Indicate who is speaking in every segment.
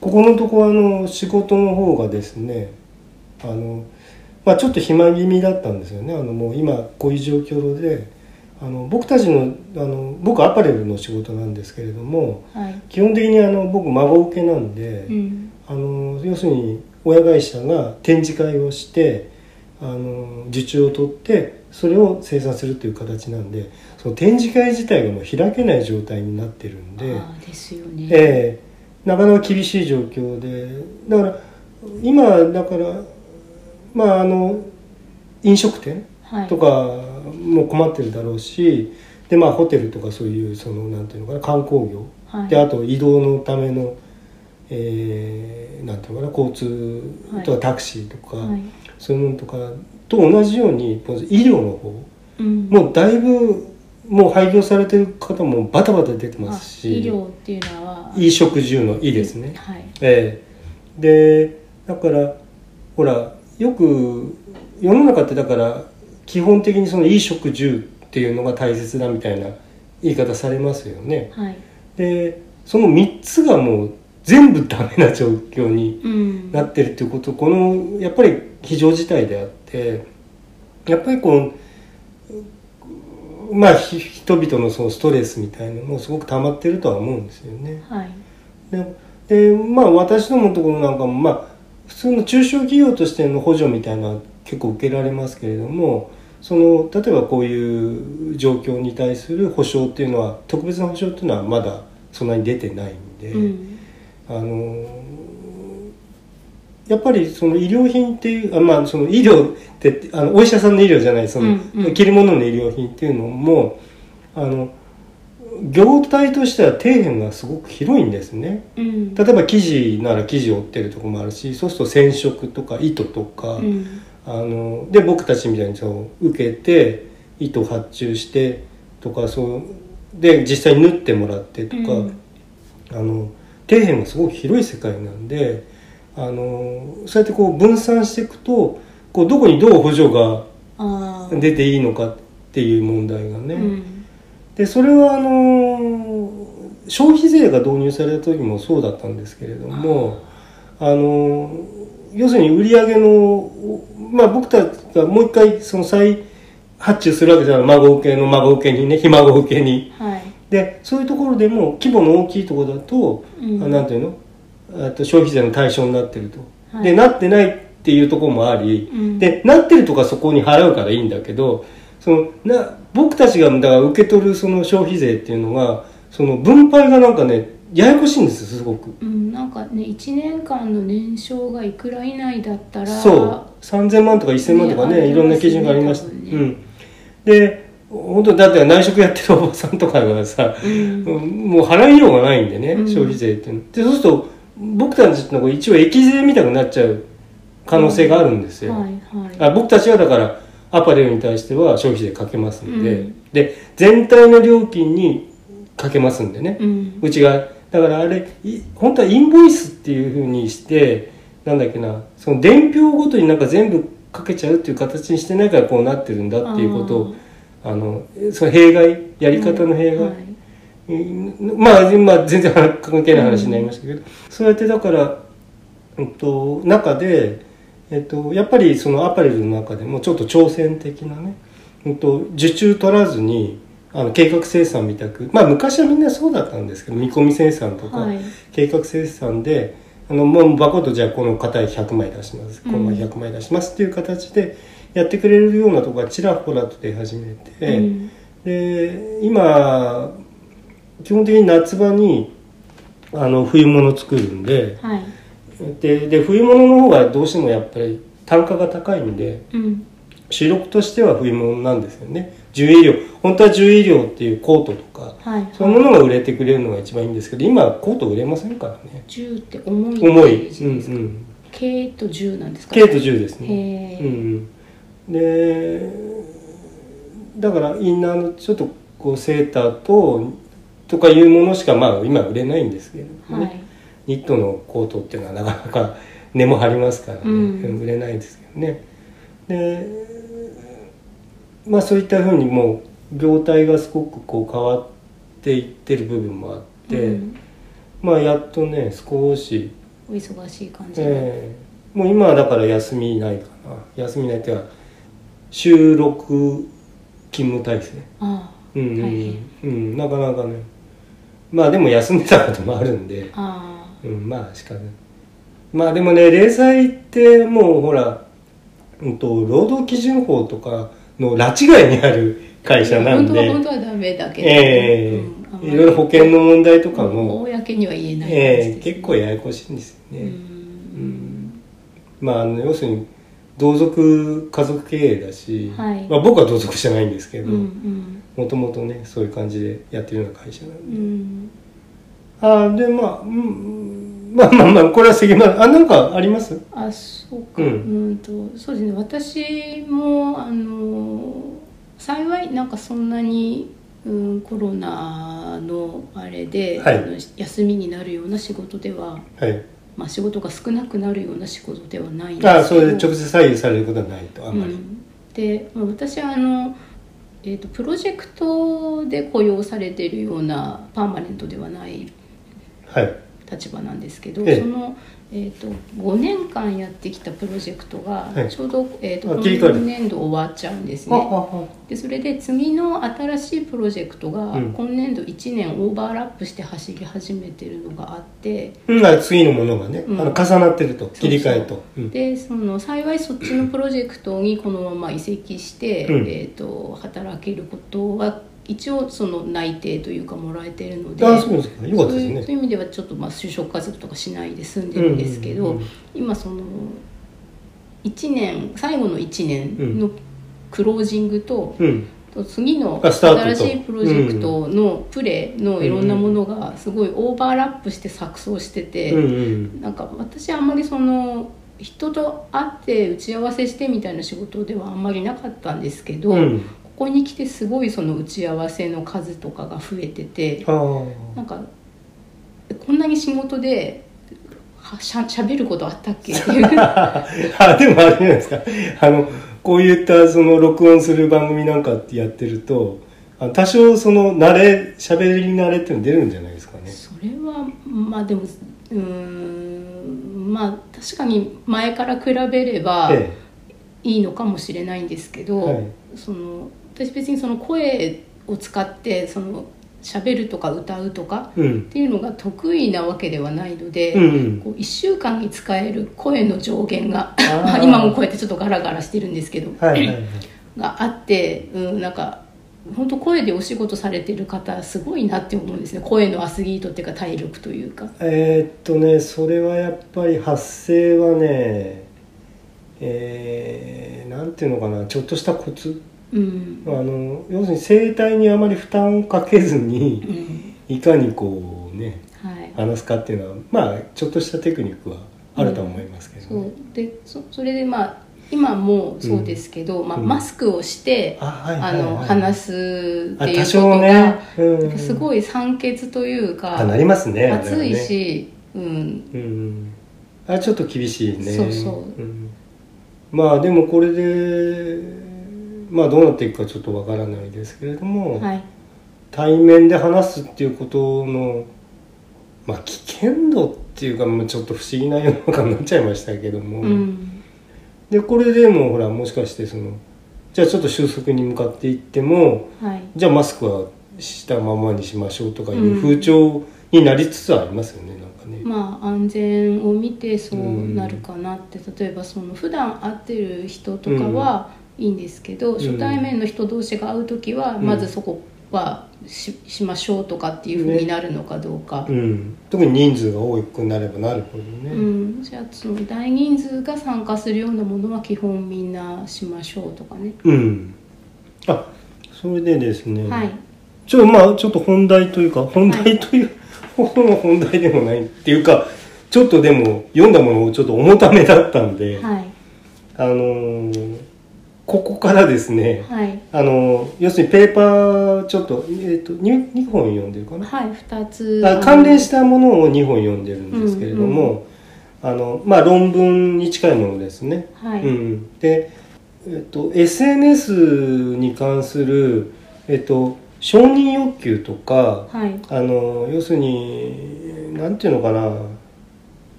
Speaker 1: ここのとこあの仕事の方がですねあの、まあ、ちょっと暇気味だったんですよねあのもう今こういう状況であの僕たちのあの僕アパレルの仕事なんですけれども
Speaker 2: はい
Speaker 1: 基本的にあの僕孫受けなんで、
Speaker 2: うん
Speaker 1: あの要するに親会社が展示会をしてあの受注を取ってそれを生産するという形なんでその展示会自体がもう開けない状態になってるんで。
Speaker 2: ああですよね、
Speaker 1: ええなかなか厳しい状況でだから今だからまああの飲食店
Speaker 2: はい、
Speaker 1: とかも困ってるだろうし、でまあホテルとかそういうそのなんていうのかな観光業、
Speaker 2: はい
Speaker 1: であと移動のための、えーなんていうのかな交通と
Speaker 2: は
Speaker 1: かタクシーとか、
Speaker 2: はい
Speaker 1: そういうのとかと同じようにこの医療の方
Speaker 2: うん、
Speaker 1: もうだいぶもう廃業されてる方もバタバタ出てます
Speaker 2: あ
Speaker 1: し
Speaker 2: 医療っていうのは
Speaker 1: 衣食住の「い」ですね。
Speaker 2: はい
Speaker 1: ええでだからほらよく世の中ってだから基本的にその「い」食住っていうのが大切だみたいな言い方されますよね。
Speaker 2: はい
Speaker 1: でその3つがもう全部ダメな状況に
Speaker 2: うん
Speaker 1: なってるっていうことこのやっぱり非常事態であってやっぱりこうまあひ人々のそのストレスみたいなのもすごく溜まってるとは思うんですよね。
Speaker 2: はい
Speaker 1: ででまあ私どものところなんかもまあ普通の中小企業としての補助みたいなのは結構受けられますけれどもその例えばこういう状況に対する保証っていうのは特別な保証っていうのはまだそんなに出てないんで。
Speaker 2: うん
Speaker 1: あのーやっぱりその医療品っていうあまあその医療ってあのお医者さんの医療じゃないその、
Speaker 2: うんうん
Speaker 1: 切り物の医療品っていうのもあの業態としては底辺がすごく広いんですね
Speaker 2: うん
Speaker 1: 例えば生地なら生地を織ってるとこもあるしそうすると染色とか糸とか、
Speaker 2: うん
Speaker 1: あので僕たちみたいにそう受けて糸発注してとかそうで実際に縫ってもらってとか、
Speaker 2: うん
Speaker 1: あの底辺がすごく広い世界なんであのそうやってこう分散していくとこうどこにどう補助が
Speaker 2: ああ
Speaker 1: 出ていいのかっていう問題がね、
Speaker 2: うん
Speaker 1: でそれはあの消費税が導入された時もそうだったんですけれどもあの要するに売り上げの、まあ、僕たちがもう一回その再発注するわけじゃない孫受けの孫受けにねひ孫受けに。
Speaker 2: はい
Speaker 1: でそういうところでも規模の大きいところだと、
Speaker 2: うん
Speaker 1: あなんていうのえっと消費税の対象になってると、
Speaker 2: はい
Speaker 1: でなってないっていうところもあり、
Speaker 2: うん
Speaker 1: でなってるとかそこに払うからいいんだけどそのな僕たちがだから受け取るその消費税っていうのがその分配がなんかねややこしいんですよすごく。
Speaker 2: うんなんかね1年間の年商がいくら以内だったら
Speaker 1: そう3000万とか1000万とかね
Speaker 2: ね
Speaker 1: いろんな基準がありました、
Speaker 2: あります
Speaker 1: う
Speaker 2: よね
Speaker 1: ん、で本当だって内職やってるおばさんとかがさ、
Speaker 2: うん
Speaker 1: もう払いようがないんでね、
Speaker 2: うん
Speaker 1: 消費税っていうのでそうすると僕たちのこう一応益税みたくなっちゃう可能性があるんですよ、
Speaker 2: はいはい
Speaker 1: あ僕たちはだからアパレルに対しては消費税かけますんで、
Speaker 2: うん
Speaker 1: で全体の料金にかけますんでね、
Speaker 2: うん
Speaker 1: うちがだからあれい本当はインボイスっていうふうにしてなんだっけなその伝票ごとになんか全部かけちゃうっていう形にしてないからこうなってるんだっていうことをあのその弊害やり方の弊害、
Speaker 2: はい
Speaker 1: うんまあ、まあ全然関係ない話になりましたけど、そうやってだから、うんと、中で、えっと、やっぱりそのアパレルの中でもちょっと挑戦的なね、うんと、受注取らずにあの計画生産みたくまあ昔はみんなそうだったんですけど見込み生産とか、
Speaker 2: はい
Speaker 1: 計画生産であのもうバコッとじゃあこの型100枚出します、
Speaker 2: うん
Speaker 1: この100枚出しますっていう形でやってくれるようなとこがちらほらと出始めて。
Speaker 2: うん
Speaker 1: で今基本的に夏場にあの冬物作るんで
Speaker 2: はい
Speaker 1: でで冬物の方がどうしてもやっぱり単価が高いんで
Speaker 2: うん
Speaker 1: 主力としては冬物なんですよね重衣料本当は重衣料っていうコートとか
Speaker 2: はいはい
Speaker 1: そういうものが売れてくれるのが一番いいんですけど今はコート売れませんからね
Speaker 2: 銃って重い
Speaker 1: 重い、
Speaker 2: です
Speaker 1: う
Speaker 2: か
Speaker 1: んうん、
Speaker 2: 軽と銃なんですか
Speaker 1: 軽と重ですね
Speaker 2: へ
Speaker 1: う
Speaker 2: え
Speaker 1: んうん、でだからインナーのちょっとこうセーターととかいうものしかまあ今売れないんですけれども
Speaker 2: は
Speaker 1: ね、
Speaker 2: い
Speaker 1: ニットのコートっていうのはなかなか根も張りますからね、
Speaker 2: うん
Speaker 1: 売れないんですけどねでまあそういったふうにもう業態がすごくこう変わっていってる部分もあって、
Speaker 2: うん
Speaker 1: まあやっとね少し
Speaker 2: お忙しい感じで、
Speaker 1: ええもう今はだから休みないかな休みないっていうか収録勤務体制
Speaker 2: ああ
Speaker 1: うん、
Speaker 2: 大変
Speaker 1: うんうん、なかなかねまあでも休んでたこともあるんで
Speaker 2: あ
Speaker 1: うんまあしかないまあでもね零細ってもうほら、うん、と労働基準法とかの拉致外にある会社
Speaker 2: あ
Speaker 1: なん
Speaker 2: 本当は
Speaker 1: で
Speaker 2: 本当はダメだけど、
Speaker 1: ええ
Speaker 2: うんあんまり
Speaker 1: いろいろ保険の問題とかも、
Speaker 2: 公には言えない感
Speaker 1: ええ
Speaker 2: じです
Speaker 1: 結構ややこしいんですよね、
Speaker 2: うん
Speaker 1: まあ、あの要するに同族家族経営だし、
Speaker 2: はい
Speaker 1: まあ、僕は同族じゃないんですけ
Speaker 2: う
Speaker 1: ど
Speaker 2: ん
Speaker 1: もともとねそういう感じでやってるような会社なん
Speaker 2: う
Speaker 1: で、
Speaker 2: ん
Speaker 1: ああでまあ、うんうん、まあまあまあこれは関村あなんかあります
Speaker 2: あそうか、
Speaker 1: う
Speaker 2: うんん、とそうですね私もあの幸いなんかそんなに、うん、コロナのあれで、
Speaker 1: はい
Speaker 2: あの休みになるような仕事では、
Speaker 1: はい
Speaker 2: まあ、仕事が少なくなるような仕事ではないんですけど
Speaker 1: ああそれで直接左右されることはないとあんまり、
Speaker 2: うん、でまあ私はあの、えー、とプロジェクトで雇用されているようなパーマネントではない
Speaker 1: はい
Speaker 2: 立場なんですけど、
Speaker 1: ええ
Speaker 2: その、えー、と5年間やってきたプロジェクトが
Speaker 1: はい
Speaker 2: ちょうど、えー、と
Speaker 1: あ
Speaker 2: この
Speaker 1: 切り替える
Speaker 2: 今年度終わっちゃうんです
Speaker 1: ああ
Speaker 2: ね。
Speaker 1: あ
Speaker 2: でそれで次の新しいプロジェクトが
Speaker 1: うん
Speaker 2: 今年度1年オーバーラップして走り始めてるのがあって、
Speaker 1: うんあ次のものがね、
Speaker 2: うん
Speaker 1: あの重なってると切り替え
Speaker 2: そう
Speaker 1: とうん
Speaker 2: でその幸いそっちのプロジェクトにこのまま移籍して、
Speaker 1: うん
Speaker 2: えー、と働けることは一応その内定というかもらえてるので
Speaker 1: ああそうですかよかった
Speaker 2: そ
Speaker 1: で
Speaker 2: う
Speaker 1: す
Speaker 2: い
Speaker 1: ね
Speaker 2: うそういう意味ではちょっとまあ就職活動とかしないで済んでるんですけど、
Speaker 1: うんうんうん
Speaker 2: 今その1年最後の1年のクロージングと、
Speaker 1: うん
Speaker 2: と次の
Speaker 1: あスタートと
Speaker 2: 新しいプロジェクトのプレーのいろんなものがすごいオーバーラップして錯綜してて。
Speaker 1: うんうん
Speaker 2: なんか私あんまりその人と会って打ち合わせしてみたいな仕事ではあんまりなかったんですけど、
Speaker 1: うん
Speaker 2: ここに来てすごいその打ち合わせの数とかが増えてて
Speaker 1: あ
Speaker 2: なんかこんなに仕事ではしゃしゃべることあったっ けっていう
Speaker 1: ああでもあれじゃないですかあのこういったその録音する番組なんかってやってるとあ多少その慣れ喋り慣れっていうの出るんじゃないですかね
Speaker 2: それはまあでもうーんまあ確かに前から比べれば、
Speaker 1: え
Speaker 2: いいのかもしれないんですけど、
Speaker 1: はい
Speaker 2: その私別にその声を使ってその喋るとか歌うとか
Speaker 1: えう
Speaker 2: っ
Speaker 1: ん
Speaker 2: ていうのが得意なわけではないので、
Speaker 1: うんうん
Speaker 2: こう1週間に使える声の上限が
Speaker 1: ー
Speaker 2: まあ 今もこうやってちょっとガラガラしてるんですけど、
Speaker 1: はいはいはい
Speaker 2: があって、うん、なんか本当声でお仕事されてる方すごいなって思うんですね声のアスリートっていうか体力というか。
Speaker 1: えーっとねそれはやっぱり発声はねえー、なんていうのかなちょっとしたコツ
Speaker 2: うん
Speaker 1: あの要するに声帯にあまり負担をかけずに
Speaker 2: うん
Speaker 1: いかにこうね
Speaker 2: はい、
Speaker 1: 話すかっていうのはまあちょっとしたテクニックはあると思いますけど、
Speaker 2: そ
Speaker 1: ね
Speaker 2: うでそそれでまあ今もそうですけど、まあ、
Speaker 1: うん
Speaker 2: マスクをして、
Speaker 1: あはいは
Speaker 2: あ
Speaker 1: いはい
Speaker 2: の話すって
Speaker 1: あ
Speaker 2: いう
Speaker 1: 多
Speaker 2: こ
Speaker 1: 少
Speaker 2: と
Speaker 1: ね
Speaker 2: が、
Speaker 1: うん、
Speaker 2: すごい酸欠という
Speaker 1: あ
Speaker 2: か
Speaker 1: なりますね
Speaker 2: 暑い、し、う
Speaker 1: あ
Speaker 2: ん、
Speaker 1: れはねうん、あちょっと厳しいね
Speaker 2: そうそうん
Speaker 1: まあでもこれでまあどうなっていくかちょっとわからないですけれども、
Speaker 2: はい、
Speaker 1: 対面で話すっていうことのまあ危険度っていうかまあちょっと不思議な世の中になっちゃいましたけども、
Speaker 2: うん、
Speaker 1: でこれでもほらもしかしてそのじゃあちょっと収束に向かっていっても
Speaker 2: はい、
Speaker 1: じゃあマスクはしたままにしましょうとかいううん風潮になりつつありますよね、なんかね。
Speaker 2: まあ安全を見てそうなるかなって、例えばその普段会ってる人とかはいいんですけど、
Speaker 1: ん
Speaker 2: 初対面の人同士が会う時は、
Speaker 1: ん
Speaker 2: まずそこはししましょうとかっていうふうになるのかどうか。
Speaker 1: うん、特に人数が多くなればなるほどね、
Speaker 2: うん、じゃあその大人数が参加するようなものは基本みんなしましょうとかね、
Speaker 1: うんあそれでですね、
Speaker 2: はい
Speaker 1: ちょまあちょっと本題というか本題という、ほどの本題でもないっていうかちょっとでも読んだものをちょっと重ためだったんで、
Speaker 2: はい
Speaker 1: あのーここからですね、
Speaker 2: はい
Speaker 1: あのー要するにペーパーちょっと,、えー、と 2, 本読んでるかな、
Speaker 2: はい2つ
Speaker 1: あ関連したものを2本読んでるんですけれども、あのまあ、論文に近いものですね。
Speaker 2: はい、
Speaker 1: うん、で、えっと、SNS に関する、えっと、承認欲求とか
Speaker 2: はい
Speaker 1: あの要するになんていうのかな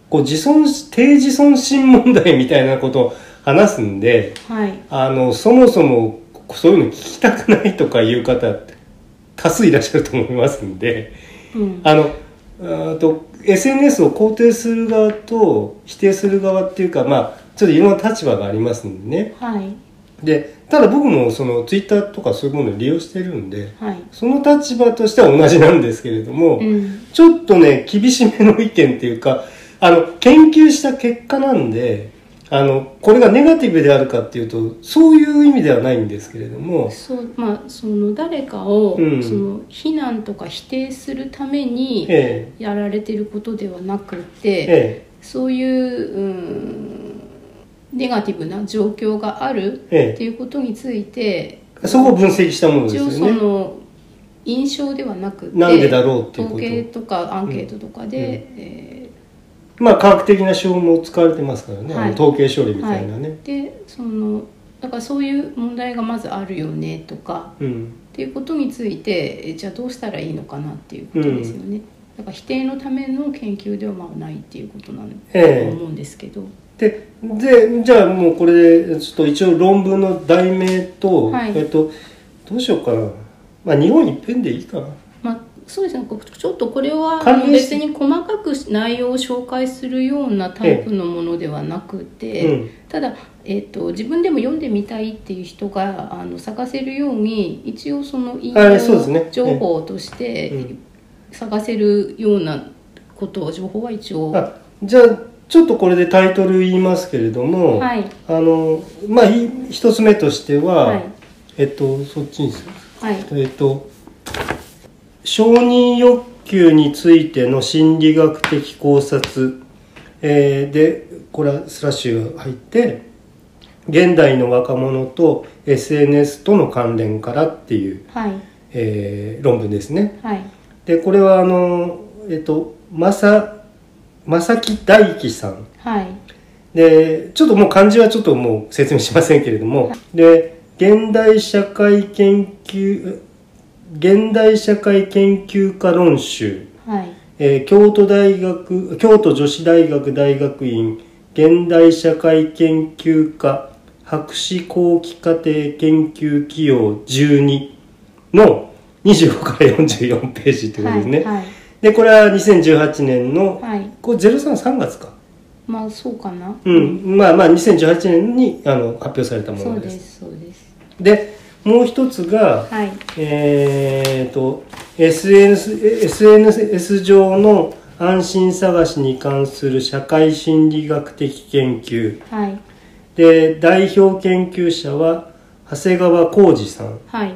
Speaker 1: こう自尊し低自尊心問題みたいなことを話すんで
Speaker 2: はい
Speaker 1: あのそもそもそういうの聞きたくないとかいう方多数いらっしゃると思いますんで
Speaker 2: うん
Speaker 1: あのうーんと SNS を肯定する側と否定する側っていうかまあちょっといろんな立場がありますんでね
Speaker 2: はい
Speaker 1: でただ僕もその Twitter とかそういうものを利用してるんで
Speaker 2: はい
Speaker 1: その立場としては同じなんですけれども、
Speaker 2: うん
Speaker 1: ちょっとね、厳しめの意見っていうか、あの、研究した結果なんで、あの、これがネガティブであるかっていうと、そういう意味ではないんですけれども、
Speaker 2: そうまあその誰かを、
Speaker 1: うん
Speaker 2: その非難とか否定するために
Speaker 1: え
Speaker 2: やられてることではなく
Speaker 1: え、
Speaker 2: て、
Speaker 1: え
Speaker 2: そういう、うん、ネガティブな状況がある
Speaker 1: ええ
Speaker 2: っていうことについて、
Speaker 1: え、そこを分析したものです
Speaker 2: 一
Speaker 1: よ
Speaker 2: 応そ
Speaker 1: ね。
Speaker 2: の印象ではなくて
Speaker 1: なんでだろうっていうこと
Speaker 2: 統計とかアンケートとかで、え
Speaker 1: まあ、科学的な手法も使われてますからね、
Speaker 2: は
Speaker 1: あ
Speaker 2: い
Speaker 1: の統計処理
Speaker 2: ー
Speaker 1: み
Speaker 2: は
Speaker 1: たいなね。
Speaker 2: い、でそのだからそういう問題がまずあるよねとか
Speaker 1: うん。
Speaker 2: っていうことについてえじゃあどうしたらいいのかなっていうことですよね、だから否定のための研究ではまあないっていうことなんだ
Speaker 1: ええ
Speaker 2: と思うんですけど、
Speaker 1: で、で、じゃあもうこれで、ちょっと一応論文の題名と、
Speaker 2: はい
Speaker 1: えっと、どうしようかな。まあ、日本一遍でいいかな。
Speaker 2: まあ、そうですねこちょっとこれは
Speaker 1: 関連し
Speaker 2: 別に細かく内容を紹介するようなタイプのものではなくて、
Speaker 1: うん
Speaker 2: ただ、えー、と自分でも読んでみたいっていう人があの探せるように一応その引
Speaker 1: あそうですね
Speaker 2: 用情報として
Speaker 1: うん
Speaker 2: 探せるようなことを情報は一応は
Speaker 1: あじゃあちょっとこれでタイトル言いますけれども、
Speaker 2: い
Speaker 1: あのまあい一つ目としては、
Speaker 2: はい
Speaker 1: えっとそっちにす
Speaker 2: はい
Speaker 1: るえっと承認欲求についての心理学的考察、えーでこれはスラッシュが入って現代の若者と SNS との関連からっていう、
Speaker 2: はい
Speaker 1: えー論文ですね。
Speaker 2: はい
Speaker 1: でこれはあのえっと正正木大樹さん
Speaker 2: はい
Speaker 1: でちょっともう漢字はちょっともう説明しませんけれどもで現代社会研究現代社会研究家論集、
Speaker 2: はい
Speaker 1: えー京都大学京都女子大学大学院現代社会研究科博士後期課程研究企業12の25から44ページということですね、
Speaker 2: はい
Speaker 1: でこれは2018年の、
Speaker 2: はいはい
Speaker 1: これ033月か
Speaker 2: まあそうかな、
Speaker 1: うんまあまあ2018年にあの発表されたも
Speaker 2: そ
Speaker 1: の
Speaker 2: う
Speaker 1: で
Speaker 2: ですすそうです
Speaker 1: でもう一つが、
Speaker 2: はい
Speaker 1: えー、と SNS, SNS 上の安心探しに関する社会心理学的研究
Speaker 2: はい
Speaker 1: で代表研究者は長谷川浩二さん
Speaker 2: はい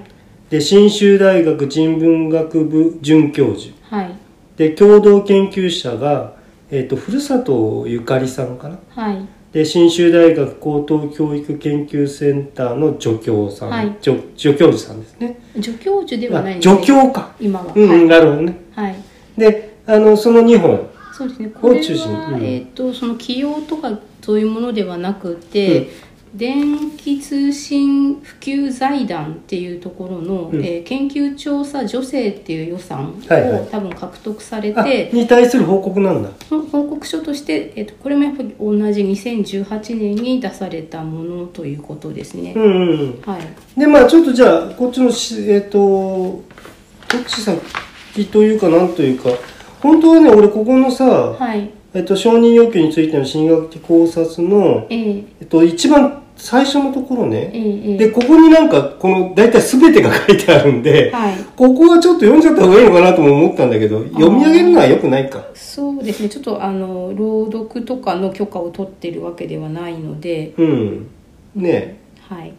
Speaker 1: で信州大学人文学部准教授
Speaker 2: はい
Speaker 1: で共同研究者が、えー、とふるさとゆかりさんかな
Speaker 2: はい
Speaker 1: で信州大学高等教育研究センターの助教さん、
Speaker 2: はい
Speaker 1: 助助教授さんですね
Speaker 2: 助教授ではないん
Speaker 1: あ
Speaker 2: ですね
Speaker 1: 助教か
Speaker 2: 今は、
Speaker 1: うん、
Speaker 2: はい、
Speaker 1: なるほどね
Speaker 2: はい、
Speaker 1: であのその2本
Speaker 2: そうですねこれ
Speaker 1: を中心に
Speaker 2: は、
Speaker 1: うん
Speaker 2: えっ、とその起用とかそういうものではなくて、電気通信普及財団っていうところの、
Speaker 1: うん
Speaker 2: えー研究調査助成っていう予算を、
Speaker 1: はいはい
Speaker 2: 多分獲得され
Speaker 1: あ
Speaker 2: て
Speaker 1: に対する報告なんだ
Speaker 2: その報告書として、えー、とこれもやっぱり同じ2018年に出されたものということですね
Speaker 1: う、んうんうん
Speaker 2: はい
Speaker 1: でまあちょっとじゃあこっちのしえっ、とどっち先というかなんというか本当はね俺ここのさ、
Speaker 2: はい
Speaker 1: えっと承認要求についての心理学的考察の、
Speaker 2: えー、
Speaker 1: えっと一番最初のところね
Speaker 2: え、ー、え
Speaker 1: でここになんかこの大体全てが書いてあるんで、
Speaker 2: ー、はい
Speaker 1: ここはちょっと読んじゃった方がいいのかなとも思ったんだけど読み上げるのは良くないか
Speaker 2: そうですねちょっとあの朗読とかの許可を取ってるわけではないので、
Speaker 1: うんね
Speaker 2: はい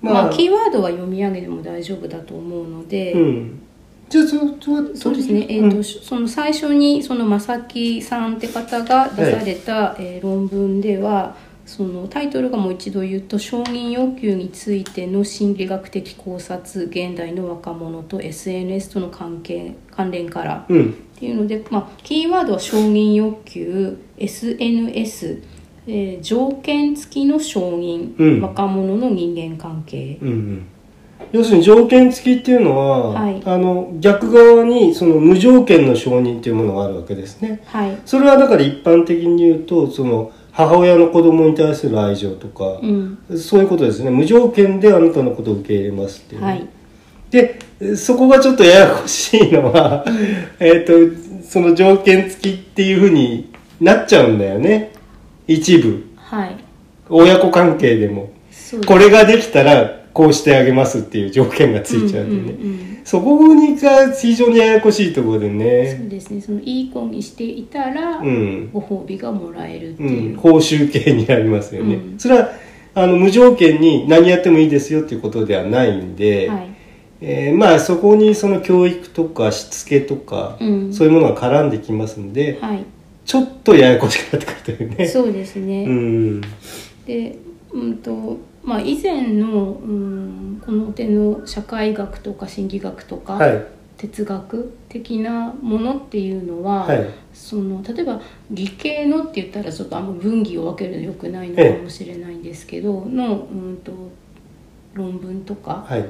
Speaker 1: ま
Speaker 2: ま
Speaker 1: あ
Speaker 2: あキーワードは読み上げでも大丈夫だと思うの
Speaker 1: え
Speaker 2: で、
Speaker 1: うんじゃあそそ
Speaker 2: そうですね、えーと
Speaker 1: うん
Speaker 2: その最初にその正木さんって方が出された、えー論文ではそのタイトルがもう一度言うと「承認要求についての心理学的考察現代の若者と SNS との関係関連から」
Speaker 1: うん
Speaker 2: っていうので、まあ、キーワードは承認欲求 SNS、えー条件付きの承認、
Speaker 1: うん
Speaker 2: 若者の人間関係
Speaker 1: うんうん要するに条件付きっていうのは、
Speaker 2: はい
Speaker 1: あの逆側にその無条件の承認っていうものがあるわけですね。
Speaker 2: はい
Speaker 1: それはだから一般的に言うとその母親の子供に対する愛情とか
Speaker 2: う、ん
Speaker 1: そういうことですね無条件であなたのことを受け入れますっていうね、
Speaker 2: はい
Speaker 1: でそこがちょっとややこしいのは、えーとその条件付きっていうふうになっちゃうんだよね一部
Speaker 2: はい
Speaker 1: 親子関係でも
Speaker 2: そうです
Speaker 1: これができたらこうしてあげますっていう条件がついちゃうんでね、
Speaker 2: うんうんうん
Speaker 1: そこにが非常にややこしいところで
Speaker 2: そう
Speaker 1: ね
Speaker 2: ですねそのいい子にしていたら、
Speaker 1: うん
Speaker 2: ご褒美がもらえるって
Speaker 1: う
Speaker 2: い
Speaker 1: ん、
Speaker 2: う、
Speaker 1: 報酬系になりますよね、
Speaker 2: うん
Speaker 1: それはあの無条件に何やってもいいですよっていうことではないんで、
Speaker 2: はい
Speaker 1: えーまあそこにその教育とかしつけとか、
Speaker 2: うん
Speaker 1: そういうものが絡んできますんで、
Speaker 2: はい
Speaker 1: ちょっとややこしくなってくるというね。
Speaker 2: そうですね、
Speaker 1: うん
Speaker 2: でうんとまあ以前の、うん、この手の社会学とか心理学とか、
Speaker 1: はい
Speaker 2: 哲学的なものっていうのは、
Speaker 1: はい
Speaker 2: その例えば理系のって言ったらちょっとあんま分岐を分けるのよくないのかもしれないんですけど、の、うん、と論文とか、
Speaker 1: はい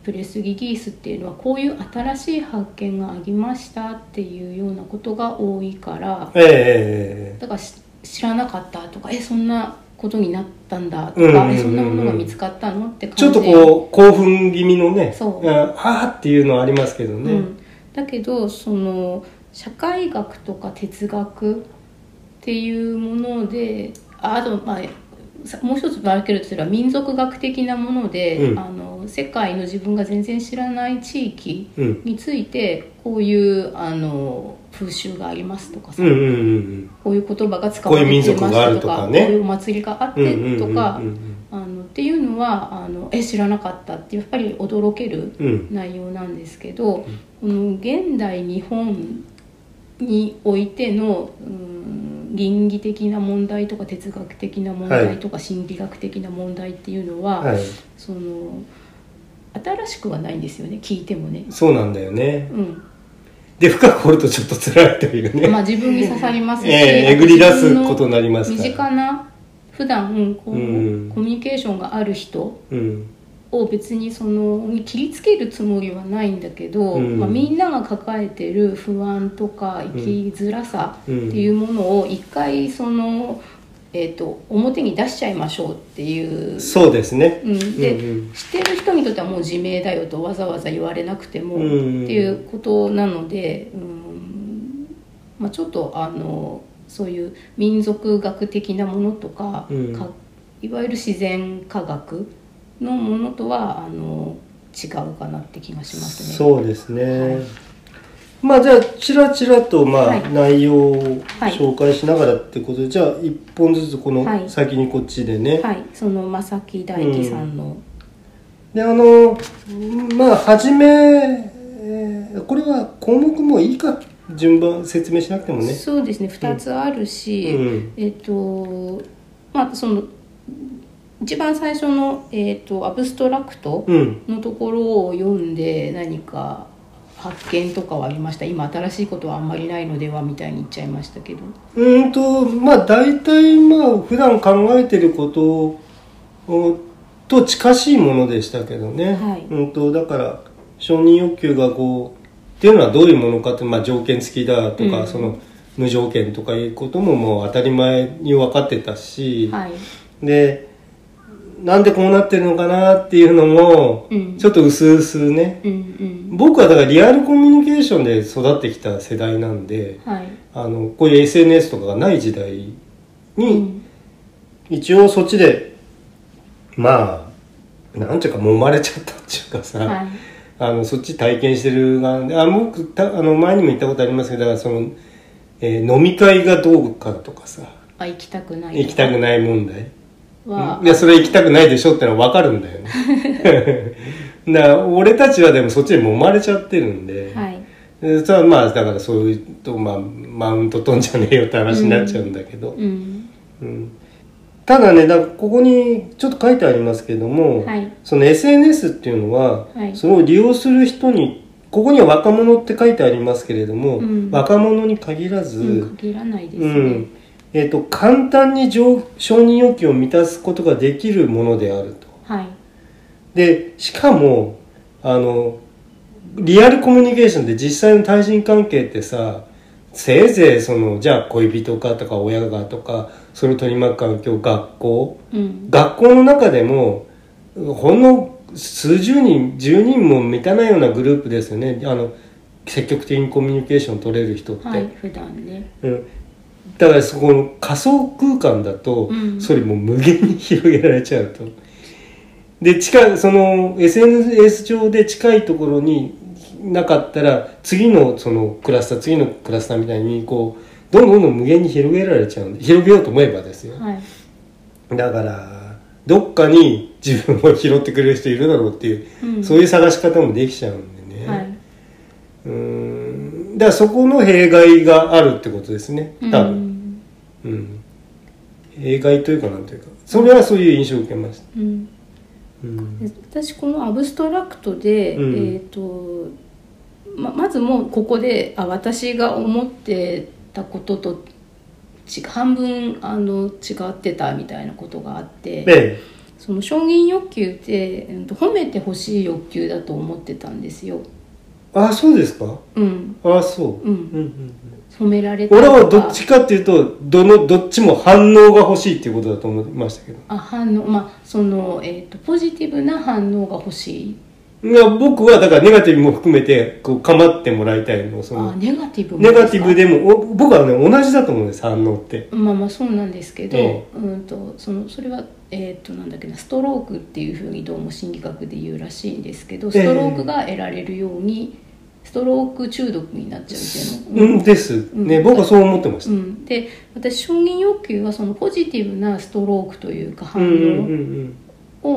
Speaker 2: プレスリリースっていうのはこういう新しい発見がありましたっていうようなことが多いから
Speaker 1: えええええ
Speaker 2: だからし知らなかったとかえそんなことになったんだとか、
Speaker 1: うんうんうんうん
Speaker 2: えそんなものが見つかったのって
Speaker 1: えちょ
Speaker 2: 感
Speaker 1: っ
Speaker 2: じ
Speaker 1: と
Speaker 2: で
Speaker 1: こう興奮気味のね
Speaker 2: そう
Speaker 1: ああーっていうのはありますけど
Speaker 2: う
Speaker 1: ね、
Speaker 2: ん、だけどその社会学とか哲学っていうものでああと、まあさもう一つ分けるとすれば民族学的なもので、
Speaker 1: うん
Speaker 2: あの世界の自分が全然知らない地域
Speaker 1: うん
Speaker 2: についてこういうあの風習がありますとかさ、
Speaker 1: うんうんうん
Speaker 2: こういう言葉が使われ
Speaker 1: こういう
Speaker 2: て
Speaker 1: 民
Speaker 2: いま
Speaker 1: 族
Speaker 2: すと
Speaker 1: があ
Speaker 2: か
Speaker 1: るとかね
Speaker 2: こういうお祭りがあっ
Speaker 1: うんうん
Speaker 2: てとか
Speaker 1: うんうん
Speaker 2: あのっていうのはあのえ知らなかったってやっぱり驚ける
Speaker 1: うんうん
Speaker 2: 内容なんですけど、この現代日本においての、うん、倫理的な問題とか哲学的な問題とか心理学的な問題っていうのは、
Speaker 1: はい
Speaker 2: その新しくはないんですよね聞いてもね。
Speaker 1: そうなんだよね
Speaker 2: うん
Speaker 1: で深く掘るとちょっと辛いというね、
Speaker 2: まあ、自分に刺さりますし、
Speaker 1: えええぐり出すことになりますから
Speaker 2: 身近な普段こう、
Speaker 1: うん
Speaker 2: コミュニケーションがある人
Speaker 1: うん
Speaker 2: を別にその切りつけるつもりはないんだけど、
Speaker 1: うん
Speaker 2: まあ、みんなが抱えてる不安とか生きづらさっていうものを一回その、えー、と表に出しちゃいましょうっていう。
Speaker 1: そうですね
Speaker 2: うん、で、
Speaker 1: うんうん
Speaker 2: 知ってる人にとってはもう自明だよとわざわざ言われなくても、
Speaker 1: うん
Speaker 2: っていうことなので、うんまあ、ちょっとあのそういう民族学的なものとか,、
Speaker 1: うん
Speaker 2: かいわゆる自然科学のものとはあの違うかなって気がしますね。
Speaker 1: そうですね、
Speaker 2: はい
Speaker 1: まあじゃあちらちらとま
Speaker 2: は
Speaker 1: あ
Speaker 2: い
Speaker 1: 内容を
Speaker 2: はい
Speaker 1: 紹介しながらってことで、じゃあ一本ずつこ
Speaker 2: は
Speaker 1: の
Speaker 2: い
Speaker 1: 先にこっちでね、
Speaker 2: はい、その正木大樹さんの、
Speaker 1: であのまあ初め、えーこれは項目もいいか順番説明しなくてもね
Speaker 2: そうですね2つあるし、
Speaker 1: うん
Speaker 2: えっ、とまあその一番最初の、えっとアブストラクト
Speaker 1: うん
Speaker 2: のところを読んで何か発見とかはありました今新しいことはあんまりないのではみたいに言っちゃいましたけど
Speaker 1: うーんとまあ大体まあ普段考えてることをと近しいものでしたけどね、
Speaker 2: はい
Speaker 1: うんとだから承認欲求がこうっていうのはどういうものかって、まあ、条件付きだとか、
Speaker 2: うん
Speaker 1: その無条件とかいうことももう当たり前に分かってたし、
Speaker 2: はい
Speaker 1: でなんでこうなってるのかなっていうのも
Speaker 2: うん
Speaker 1: ちょっと薄々ね、
Speaker 2: うん
Speaker 1: 僕はだからリアルコミュニケーションで育ってきた世代なんで、
Speaker 2: うんはい
Speaker 1: あのこういう SNS とかがない時代に、
Speaker 2: うん
Speaker 1: 一応そっちでまあなんていうか揉まれちゃったっていうかさ、
Speaker 2: はい
Speaker 1: あのそっち体験してる側であ僕たあの前にも言ったことありますけどだからその、えー飲み会がどうかとかさ
Speaker 2: あ行きたくない
Speaker 1: 行きたくない問題
Speaker 2: はい
Speaker 1: やそれ行きたくないでしょってのは分かるんだよ ねだから俺たちはでもそっちに揉まれちゃってるんで、
Speaker 2: はい
Speaker 1: でそれはまあだからそういうと、まあ、マウント取んじゃねえよって話になっちゃうんだけど、
Speaker 2: うん
Speaker 1: うんただねだからここにちょっと書いてありますけども、
Speaker 2: はい
Speaker 1: その SNS っていうのは、
Speaker 2: はい
Speaker 1: それを利用する人にここには若者って書いてありますけれども、
Speaker 2: うん
Speaker 1: 若者に限らず、
Speaker 2: うん限らないです
Speaker 1: う
Speaker 2: ね、
Speaker 1: んえー、と簡単に上承認欲求を満たすことができるものであると。
Speaker 2: はい
Speaker 1: でしかもあのリアルコミュニケーションで実際の対人関係ってさせいぜいそのじゃあ恋人かとか親がとかそれを取り巻く環境学校
Speaker 2: うん
Speaker 1: 学校の中でもほんの数十人10人も満たないようなグループですよねあの積極的にコミュニケーション取れる人って、
Speaker 2: はい普段ね
Speaker 1: うん、だからそこの仮想空間だと
Speaker 2: うん
Speaker 1: それもう無限に広げられちゃうと。で近いその SNS 上で近いところになかったら次のそのクラスター次のクラスターみたいにこうどんどんどんどん無限に広げられちゃうんで広げようと思えばですよ。
Speaker 2: はい
Speaker 1: だからどっかに自分を拾ってくれる人いるだろうっていう、
Speaker 2: うん
Speaker 1: そういう探し方もできちゃうんでね、
Speaker 2: はいう
Speaker 1: ーんだからそこの弊害があるってことですね多分、うん弊害というかなんというかそれはそういう印象を受けました、
Speaker 2: うんうん
Speaker 1: うん
Speaker 2: で私このアブストラクトで、
Speaker 1: うん
Speaker 2: えっ、とままずもうここであ私が思ってたこととち半分あの違ってたみたいなことがあって、
Speaker 1: え
Speaker 2: その承認欲求って、うんと、褒めてほしい欲求だと思ってたんですよ。
Speaker 1: ああそうですか
Speaker 2: うん
Speaker 1: ああそう、うん
Speaker 2: うん
Speaker 1: うん
Speaker 2: 褒められた
Speaker 1: 俺
Speaker 2: とか
Speaker 1: はどっちかっていうとどのどっちも反応が欲しいっていうことだと思いましたけど
Speaker 2: あ反応まあその、えー、とポジティブな反応が欲しい
Speaker 1: いや僕はだからネガティブも含めてこう構ってもらいたいのその
Speaker 2: あネガティブも
Speaker 1: ネ
Speaker 2: ですか
Speaker 1: ガティブでもお僕はね同じだと思うんです反応って
Speaker 2: まあまあそうなんですけど、
Speaker 1: え
Speaker 2: うんとそのそれはえっ、となんだっけなストロークっていうふうにどうも心理学で言うらしいんですけどストロークが得られるように、ストローク中毒になっちゃうっていう
Speaker 1: う
Speaker 2: の。
Speaker 1: んですね、
Speaker 2: うん
Speaker 1: 僕はそう思ってまし
Speaker 2: う
Speaker 1: た、
Speaker 2: ん、で私承認欲求はそのポジティブなストロークというか
Speaker 1: う
Speaker 2: 反
Speaker 1: ん、うんうんう
Speaker 2: 応
Speaker 1: ん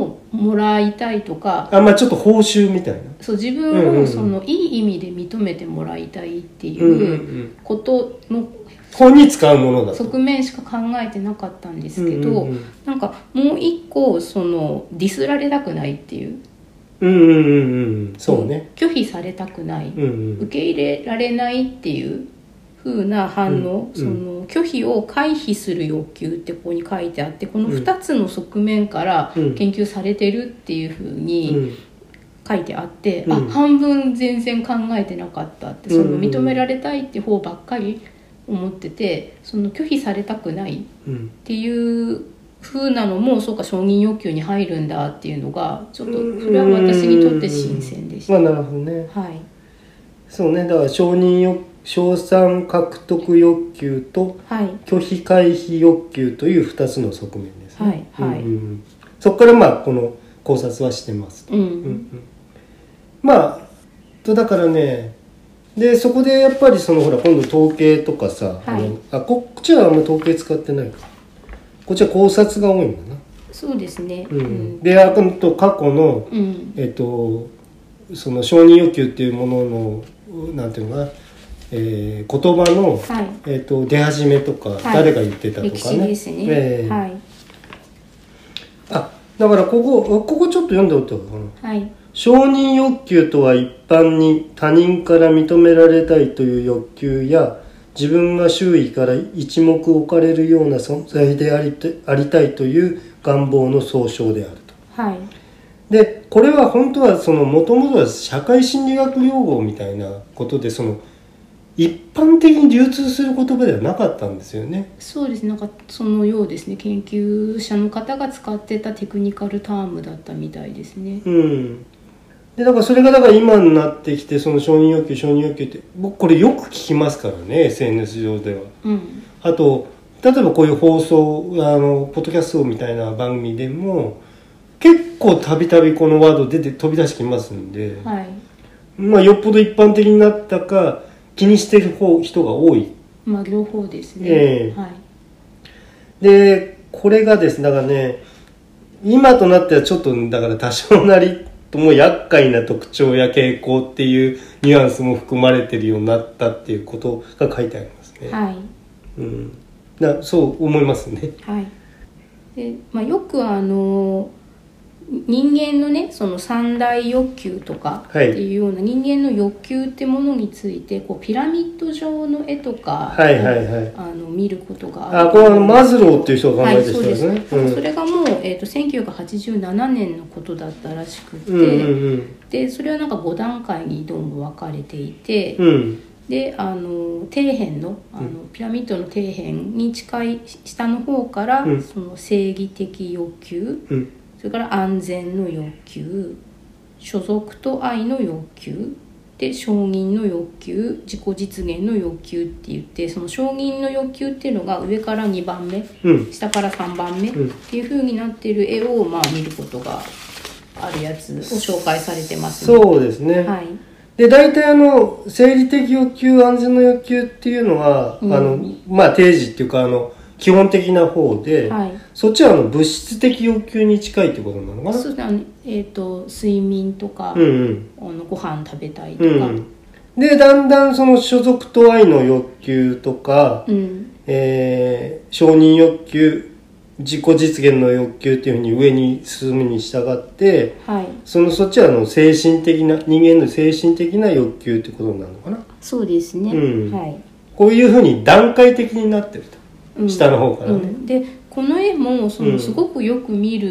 Speaker 2: をもらいたいとか、
Speaker 1: あまあちょっと報酬みたいな
Speaker 2: そう自
Speaker 1: うんうん
Speaker 2: 分
Speaker 1: うん
Speaker 2: をそのいい意味で認めてもらいたいってい
Speaker 1: うんうんう
Speaker 2: ううんことの
Speaker 1: 本に使うものだと
Speaker 2: 側面しか考えてなかったんですけど、
Speaker 1: うんうんうん
Speaker 2: なんかもう一個そのディスられたくないっていう
Speaker 1: うんうんうんうんそうね
Speaker 2: 拒否されたくない、
Speaker 1: うんうん
Speaker 2: 受け入れられないっていう風な反応、
Speaker 1: うんう
Speaker 2: その拒否を回避する欲求ってここに書いてあってこの2つの側面から
Speaker 1: うん
Speaker 2: 研究されてるっていう風に、
Speaker 1: うん
Speaker 2: 書いてあって、
Speaker 1: うん
Speaker 2: あ半分全然考えてなかったってそ
Speaker 1: うんう
Speaker 2: の
Speaker 1: んうん
Speaker 2: 認められたいって方ばっかり思っててその拒否されたくないっ
Speaker 1: うん
Speaker 2: ていう風なのもそうか承認欲求に入るんだっていうのがちょっとそれは私にとって新鮮でした。
Speaker 1: まあなるほどね
Speaker 2: はい
Speaker 1: そうねだから承認欲賞賛獲得欲求と
Speaker 2: はい
Speaker 1: 拒否回避欲求という2つの側面ですね
Speaker 2: はいはい
Speaker 1: うんうんうんそこからまあこの考察はしてます
Speaker 2: うん、
Speaker 1: うんうんまあとだからねでそこでやっぱりそのほら今度統計とかさ、
Speaker 2: い
Speaker 1: あのあこっちはあんま統計使ってないかこっちは考察が多いんだな、
Speaker 2: そうですね。
Speaker 1: うんであと過去の
Speaker 2: うん、うん
Speaker 1: えっとその承認欲求っていうもののなんていうのかな、えー言葉の、
Speaker 2: はい
Speaker 1: えっと出始めとか、誰が言ってたと
Speaker 2: 歴
Speaker 1: か
Speaker 2: 史
Speaker 1: ね
Speaker 2: ですね。
Speaker 1: えー
Speaker 2: はい
Speaker 1: あだからここここちょっと読んでおいた方がいいかな
Speaker 2: はい
Speaker 1: 承認欲求とは一般に他人から認められたいという欲求や自分が周囲から一目置かれるような存在でありてありたいという願望の総称であると。
Speaker 2: はい
Speaker 1: でこれは本当はそのもともとは社会心理学用語みたいなことでその一般的に流通する言葉ではなかったんですよね。
Speaker 2: そうですねなんかそのようですね研究者の方が使ってたテクニカルタームだったみたいですね。
Speaker 1: うん、でだからそれがだから今になってきてその承認欲求承認欲求って僕これよく聞きますからね SNS 上では。
Speaker 2: うん
Speaker 1: あと例えばこういう放送あのポッドキャストみたいな番組でも結構たびたびこのワード出て飛び出してきますんで、
Speaker 2: はい、
Speaker 1: まあ、よっぽど一般的になったか気にしてる方人が多い
Speaker 2: まあ両方ですね。
Speaker 1: ええ
Speaker 2: はい。
Speaker 1: でこれがですねだからね今となってはちょっとだから多少なりとも厄介な特徴や傾向っていうニュアンスも含まれてるようになったっていうことが書いてありますね。
Speaker 2: はい。
Speaker 1: うん、だそう思いますね。
Speaker 2: はい。で、まあよくあの人間のねその三大欲求とかって
Speaker 1: はい
Speaker 2: いうような人間の欲求ってものについてこうピラミッド状の絵とかを、
Speaker 1: はいはいはい
Speaker 2: あの見ることが
Speaker 1: あこれはマズローっていう人が考
Speaker 2: は
Speaker 1: え
Speaker 2: い、
Speaker 1: てる人
Speaker 2: そう
Speaker 1: で
Speaker 2: です
Speaker 1: すね
Speaker 2: ね、
Speaker 1: うん
Speaker 2: それがもう、えー、と1987年のことだったらしくて、
Speaker 1: うんうん
Speaker 2: でそれはなんか5段階にどうも分かれていて、
Speaker 1: うんうん
Speaker 2: であの底辺のあのピラミッドの底辺に近い下の方から、
Speaker 1: うん
Speaker 2: その正義的欲求
Speaker 1: うん
Speaker 2: それから安全の欲求所属と愛の欲求で承認の欲求自己実現の欲求って言ってその承認の欲求っていうのが上から2番目
Speaker 1: うん
Speaker 2: 下から3番目っ
Speaker 1: うん
Speaker 2: ていう風になってる絵をまあ見ることがあるやつを紹介されてますね。
Speaker 1: そうですね、
Speaker 2: はい、
Speaker 1: で大体あの生理的欲求安全の欲求っていうのは、
Speaker 2: うん
Speaker 1: あのまあ定時っていうかあの基本的な方で、
Speaker 2: はい
Speaker 1: そっちはあの物質的欲求に近いってことなのかな
Speaker 2: そうですねあのえっ、と睡眠とか、
Speaker 1: うんうん
Speaker 2: あのご飯食べたいと
Speaker 1: う
Speaker 2: か、
Speaker 1: んでだんだんその所属と愛の欲求とか、
Speaker 2: うん
Speaker 1: えー承認欲求自己実現の欲求っていうふうに上に進むに従って
Speaker 2: はい
Speaker 1: そのそっちはあの精神的な人間の精神的な欲求ってことになるのかな
Speaker 2: そうですね、
Speaker 1: うん
Speaker 2: はい、
Speaker 1: こういうふうに段階的になってると、
Speaker 2: うん
Speaker 1: 下の方か
Speaker 2: う
Speaker 1: らね、
Speaker 2: ん、でこの絵もそ
Speaker 1: うん
Speaker 2: のすごくよく見る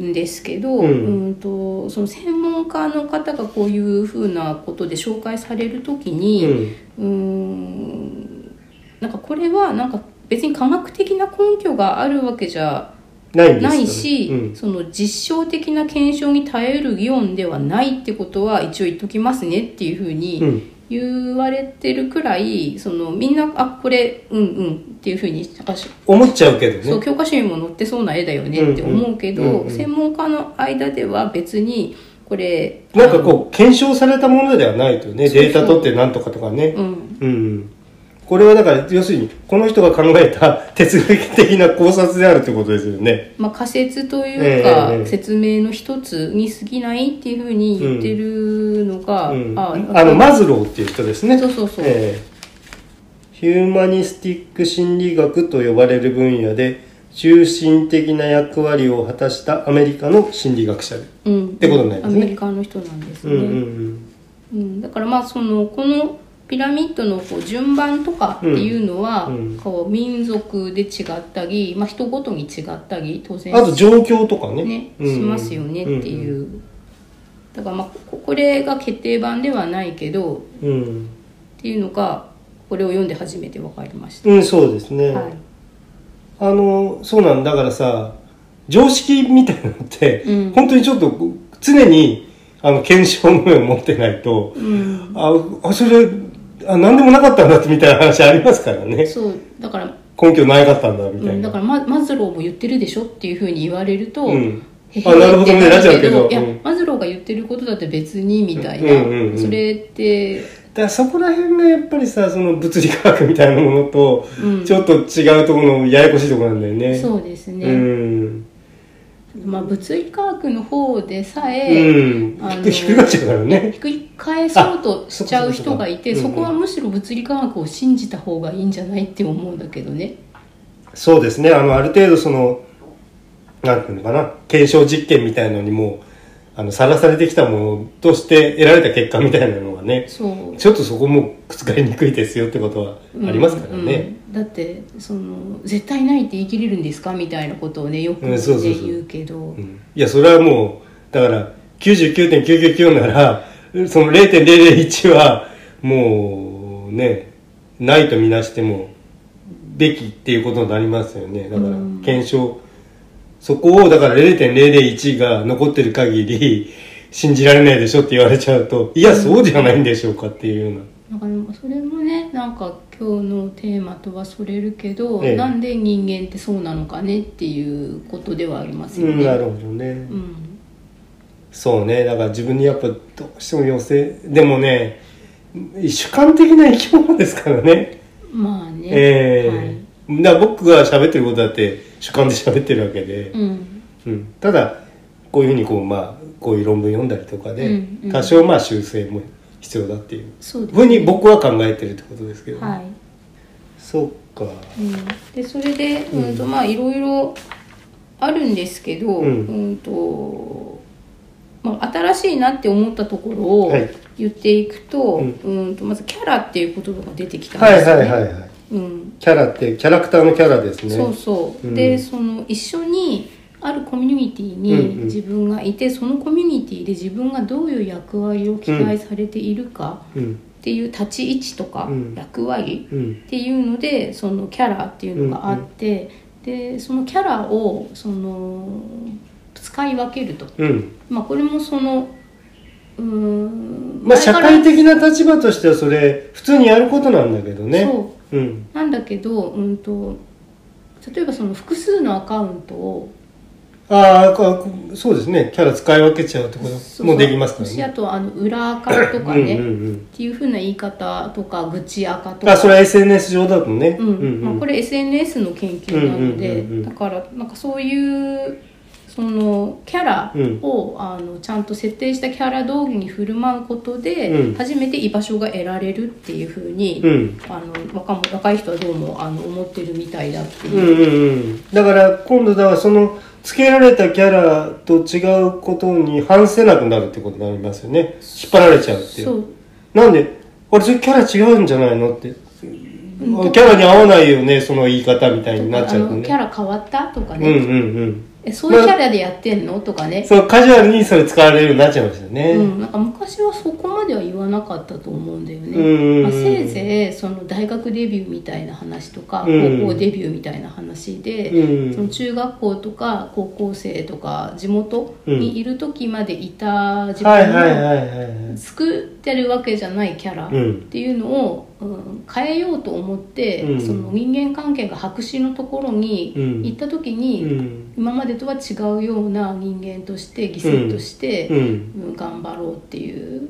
Speaker 2: んですけど、
Speaker 1: う
Speaker 2: うんん、とその専門家の方がこういうふうなことで紹介される時に、
Speaker 1: うん
Speaker 2: うーんなんかこれはなんか別に科学的な根拠があるわけじゃ
Speaker 1: ないんですかね
Speaker 2: ないし、
Speaker 1: うん
Speaker 2: その実証的な検証に耐える議論ではないってことは一応言っときますねっていうふう
Speaker 1: う
Speaker 2: に
Speaker 1: ん
Speaker 2: 言われてるくらいそのみんなあこれうんうんっていうふうになんかし
Speaker 1: 思っちゃうけど
Speaker 2: そう
Speaker 1: ね
Speaker 2: 教科書にも載ってそうな絵だよねって思うけど、
Speaker 1: うんうんうんうん
Speaker 2: 専門家の間では別にこれ
Speaker 1: なんかこう検証されたものではないとね
Speaker 2: そうそう
Speaker 1: データ取ってなんとかとかね、
Speaker 2: うん
Speaker 1: うん、これはだから要するにこの人が考えた哲学的な考察であるってことですよね。
Speaker 2: まあ、仮説というか、
Speaker 1: ええええ
Speaker 2: 説明の一つに過ぎないっていうふうに言ってるのが、
Speaker 1: うん、
Speaker 2: あ
Speaker 1: あのマズローっていう人ですね。
Speaker 2: そうそうそう
Speaker 1: ええヒューマニスティック心理学と呼ばれる分野で中心的な役割を果たしたアメリカの心理学者で。
Speaker 2: うん、
Speaker 1: てことになり
Speaker 2: ア
Speaker 1: ますね
Speaker 2: メリカの人なんです
Speaker 1: うん
Speaker 2: ね、
Speaker 1: う
Speaker 2: うん
Speaker 1: うんん。
Speaker 2: だからまあそのこのピラミッドのこう順番とかっていうのは、
Speaker 1: うんうん
Speaker 2: こう民族で違ったり、まあ、人ごとに違ったり当然
Speaker 1: あと状況とかね。
Speaker 2: ね、
Speaker 1: うんうん。
Speaker 2: しますよねっていうう、だからまあここれが決定版ではないけどっ
Speaker 1: うんうん、
Speaker 2: ていうのがこれを読んで初めて分かりました、
Speaker 1: うんそうですね。
Speaker 2: はい
Speaker 1: あのそうなんだからさ常識みたいなのって、
Speaker 2: うん
Speaker 1: 本当にちょっと常にあの検証の目を持ってないと、
Speaker 2: うん、
Speaker 1: ああそれあ何でもなかったんだってみたいな話ありますからね
Speaker 2: そうだから、
Speaker 1: 根拠ないかったんだみ
Speaker 2: う
Speaker 1: たい
Speaker 2: ん、
Speaker 1: な、
Speaker 2: だからママズローも言ってるでしょっていうふうに言われると、
Speaker 1: うん
Speaker 2: へへ
Speaker 1: あなるほどね
Speaker 2: って
Speaker 1: なっちゃうけど
Speaker 2: いや、
Speaker 1: うん
Speaker 2: マズローが言ってることだって別にみたいな、
Speaker 1: うんうんうん
Speaker 2: それって
Speaker 1: だからそこら辺がやっぱりさその物理科学みたいなものと、
Speaker 2: うん
Speaker 1: ちょっと違うところのややこしいところなんだよね
Speaker 2: そうですね、
Speaker 1: うん、
Speaker 2: まあ、物理科学の方でさえ、
Speaker 1: うん
Speaker 2: あの
Speaker 1: ひっくり返っちゃうからね
Speaker 2: ひっくり返そうとしちゃう
Speaker 1: あそっかそっかそっか
Speaker 2: 人がいて
Speaker 1: うんう
Speaker 2: そ
Speaker 1: ん
Speaker 2: こはむしろ物理科学を信じた方がいいんじゃないって思うんだけどね。
Speaker 1: そうですねあのある程度そのなんていうのかな検証実験みたいのにもうあのさらされてきたものとして得られた結果みたいなのがね
Speaker 2: そう
Speaker 1: ちょっとそこも覆りにくいですよってことはありますからね、
Speaker 2: うんだってその絶対ないって言い切れるんですかみたいなことをねよく
Speaker 1: う
Speaker 2: ね
Speaker 1: んそうそうそう
Speaker 2: 言うけど
Speaker 1: うんいやそれはもうだから99.999ならその0.001はもうねないとみなしてもべきっていうことになりますよねだから
Speaker 2: うん
Speaker 1: 検証そこをだから0.001が残ってる限り信じられないでしょって言われちゃうといやそうじゃないんでしょうかっていうよう
Speaker 2: だからそれもねなんか今日のテーマとはそれるけど、
Speaker 1: ええ
Speaker 2: なんで人間ってそうなのかねっていうことではあります
Speaker 1: な、
Speaker 2: よ
Speaker 1: う
Speaker 2: ね。
Speaker 1: ん、なるほどね
Speaker 2: うん
Speaker 1: そうねだから自分にやっぱどうしても寄せでもね主観的な生き物ですからね
Speaker 2: まあね、
Speaker 1: ええだから僕が喋ってることだって主観で喋ってるわけで、
Speaker 2: はい、うん
Speaker 1: うんただこういうふうにこうまあこういう論文読んだりとかで、
Speaker 2: うんうん
Speaker 1: 多少まあ修正も必要だっていう
Speaker 2: そうです
Speaker 1: ふうに僕は考えてるってことですけど、
Speaker 2: はい
Speaker 1: そうか
Speaker 2: うん、でそれで、うんとまあいろいろあるんですけど、
Speaker 1: う
Speaker 2: うんん、とまあ、新しいなって思ったところを
Speaker 1: はい
Speaker 2: 言っていくと,、
Speaker 1: う
Speaker 2: うんん、とまずキャラっていう言葉が出てきたん
Speaker 1: はい
Speaker 2: です
Speaker 1: は
Speaker 2: よね。
Speaker 1: いはいはい
Speaker 2: うん
Speaker 1: キャラってキャラクターのキャラですね
Speaker 2: そうそう、
Speaker 1: うん
Speaker 2: でその一緒にあるコミュニティ
Speaker 1: うんうん
Speaker 2: に自分がいて、そのコミュニティで自分がどういう役割を期待されているか
Speaker 1: うん
Speaker 2: っていう立ち位置とか
Speaker 1: うん
Speaker 2: 役割
Speaker 1: うん
Speaker 2: っていうのでそのキャラっていうのがあって、でそのキャラをその使い分けると、
Speaker 1: うん
Speaker 2: まあ、これもそのうーん
Speaker 1: まあ社会
Speaker 2: 前か
Speaker 1: 的な立場としてはそれ普通にやることなんだけど
Speaker 2: ら
Speaker 1: ね
Speaker 2: そう
Speaker 1: うん
Speaker 2: なんだけど、うん、と例えばその複数のアカウントを
Speaker 1: ああこそうですねキャラ使い分けちゃうってこ
Speaker 2: そ
Speaker 1: と
Speaker 2: う
Speaker 1: もできますか
Speaker 2: しあ
Speaker 1: らね
Speaker 2: とあの裏垢とか
Speaker 1: う
Speaker 2: ね、
Speaker 1: んう
Speaker 2: っ
Speaker 1: んうん
Speaker 2: ていうふうな言い方とか愚痴垢とか
Speaker 1: あそれは SNS 上だとね
Speaker 2: うんまあ、これ SNS の研究なので、
Speaker 1: うんうんうんうん
Speaker 2: だからなんかそういうそのキャラを、あのちゃんと設定したキャラ道具に振る舞うことで、
Speaker 1: うん
Speaker 2: 初めて居場所が得られるっていうふうに、
Speaker 1: うん
Speaker 2: あの若も若い人はどうもあの思ってるみたいだって
Speaker 1: うん
Speaker 2: いう。
Speaker 1: うんうんだから今度だからそのつけられたキャラと違うことに反せなくなるってことになりますよね引っ張られちゃうってい
Speaker 2: そう
Speaker 1: なんで、あれ、それキャラ違うんじゃないのって。キャラに合わないよね、その言い方みたいになっち
Speaker 2: あ
Speaker 1: ゃうと
Speaker 2: のキャ
Speaker 1: ね。
Speaker 2: ラ変わったとか
Speaker 1: うん
Speaker 2: ね、
Speaker 1: うんうん。
Speaker 2: えそういうキャラでやってんのとかね、
Speaker 1: そう、カジュアルにそれ使われるようになっちゃいましたよね。
Speaker 2: うん、なんか昔はそこまでは言わなかったと思うんだよね、
Speaker 1: うんうんうん
Speaker 2: まあ、せいぜいその大学デビューみたいな話とか、
Speaker 1: うん
Speaker 2: 高校デビューみたいな話で、
Speaker 1: うん
Speaker 2: その中学校とか高校生とか地元にいる時までいた自
Speaker 1: はいはいは
Speaker 2: 分
Speaker 1: いはいは
Speaker 2: の
Speaker 1: い。
Speaker 2: 作ってるわけじゃないキャラ
Speaker 1: うん
Speaker 2: っていうのを、うん変えようと思って、
Speaker 1: うん
Speaker 2: その人間関係が白紙のところに行った時に、
Speaker 1: うん。
Speaker 2: 今までとは違うような人間として犠牲として、
Speaker 1: うん。
Speaker 2: うん頑張ろうっていう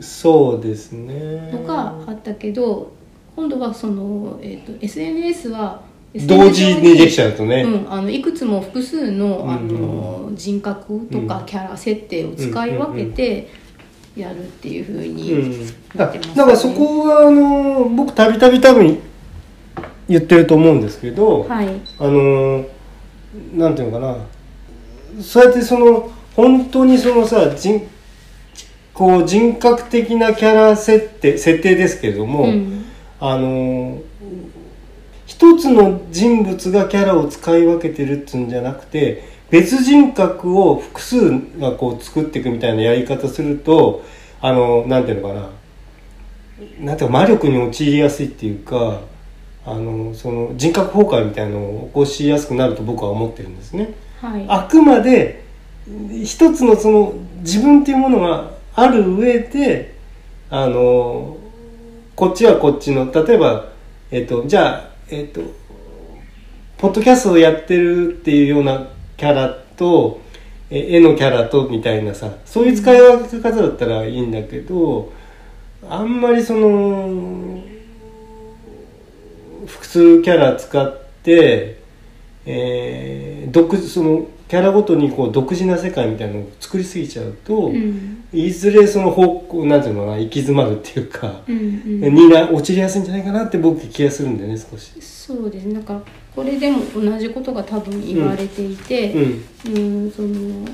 Speaker 1: そうですね。
Speaker 2: のがあったけど今度はその、えー、と SNS は
Speaker 1: 同時にできち
Speaker 2: ゃ
Speaker 1: ゃうとね。
Speaker 2: うん、あのいくつも複数のあの、人格と
Speaker 1: う
Speaker 2: かキャラ設定を使い分けてやるっていうふう
Speaker 1: うん
Speaker 2: にな
Speaker 1: だ
Speaker 2: ってますね
Speaker 1: だからそこはあの僕たびたび多分言ってると思うんですけど、
Speaker 2: はい
Speaker 1: あのなんていうのかなそうやってその本当にそのさ人こう人格的なキャラ設定設定ですけれども、
Speaker 2: うん
Speaker 1: あの一つの人物がキャラを使い分けてるっつうんじゃなくて別人格を複数がこう作っていくみたいなやり方するとあのなんていうのかななんていうか魔力に陥りやすいっていうかあのその人格崩壊みたいなのを起こしやすくなると僕は思ってるんですね。
Speaker 2: はい
Speaker 1: あくまで一つのその自分っていうものがある上であのこっちはこっちの例えば、えっとじゃあ、えっとポッドキャストをやってるっていうようなキャラとえ絵のキャラとみたいなさそういう使い分け方だったらいいんだけどあんまりその複数キャラ使って、えー独そのキャラごとにこう独自な世界みたいなのを作りすぎちゃうと、
Speaker 2: うん
Speaker 1: いずれその方向なんていうのかな行き詰まるっていうか、
Speaker 2: うんうん
Speaker 1: にな落ちりやすいんじゃないかなって僕気がするんだよね少し。
Speaker 2: そうですねなんかこれでも同じことが多分言われていて、
Speaker 1: うん
Speaker 2: うんその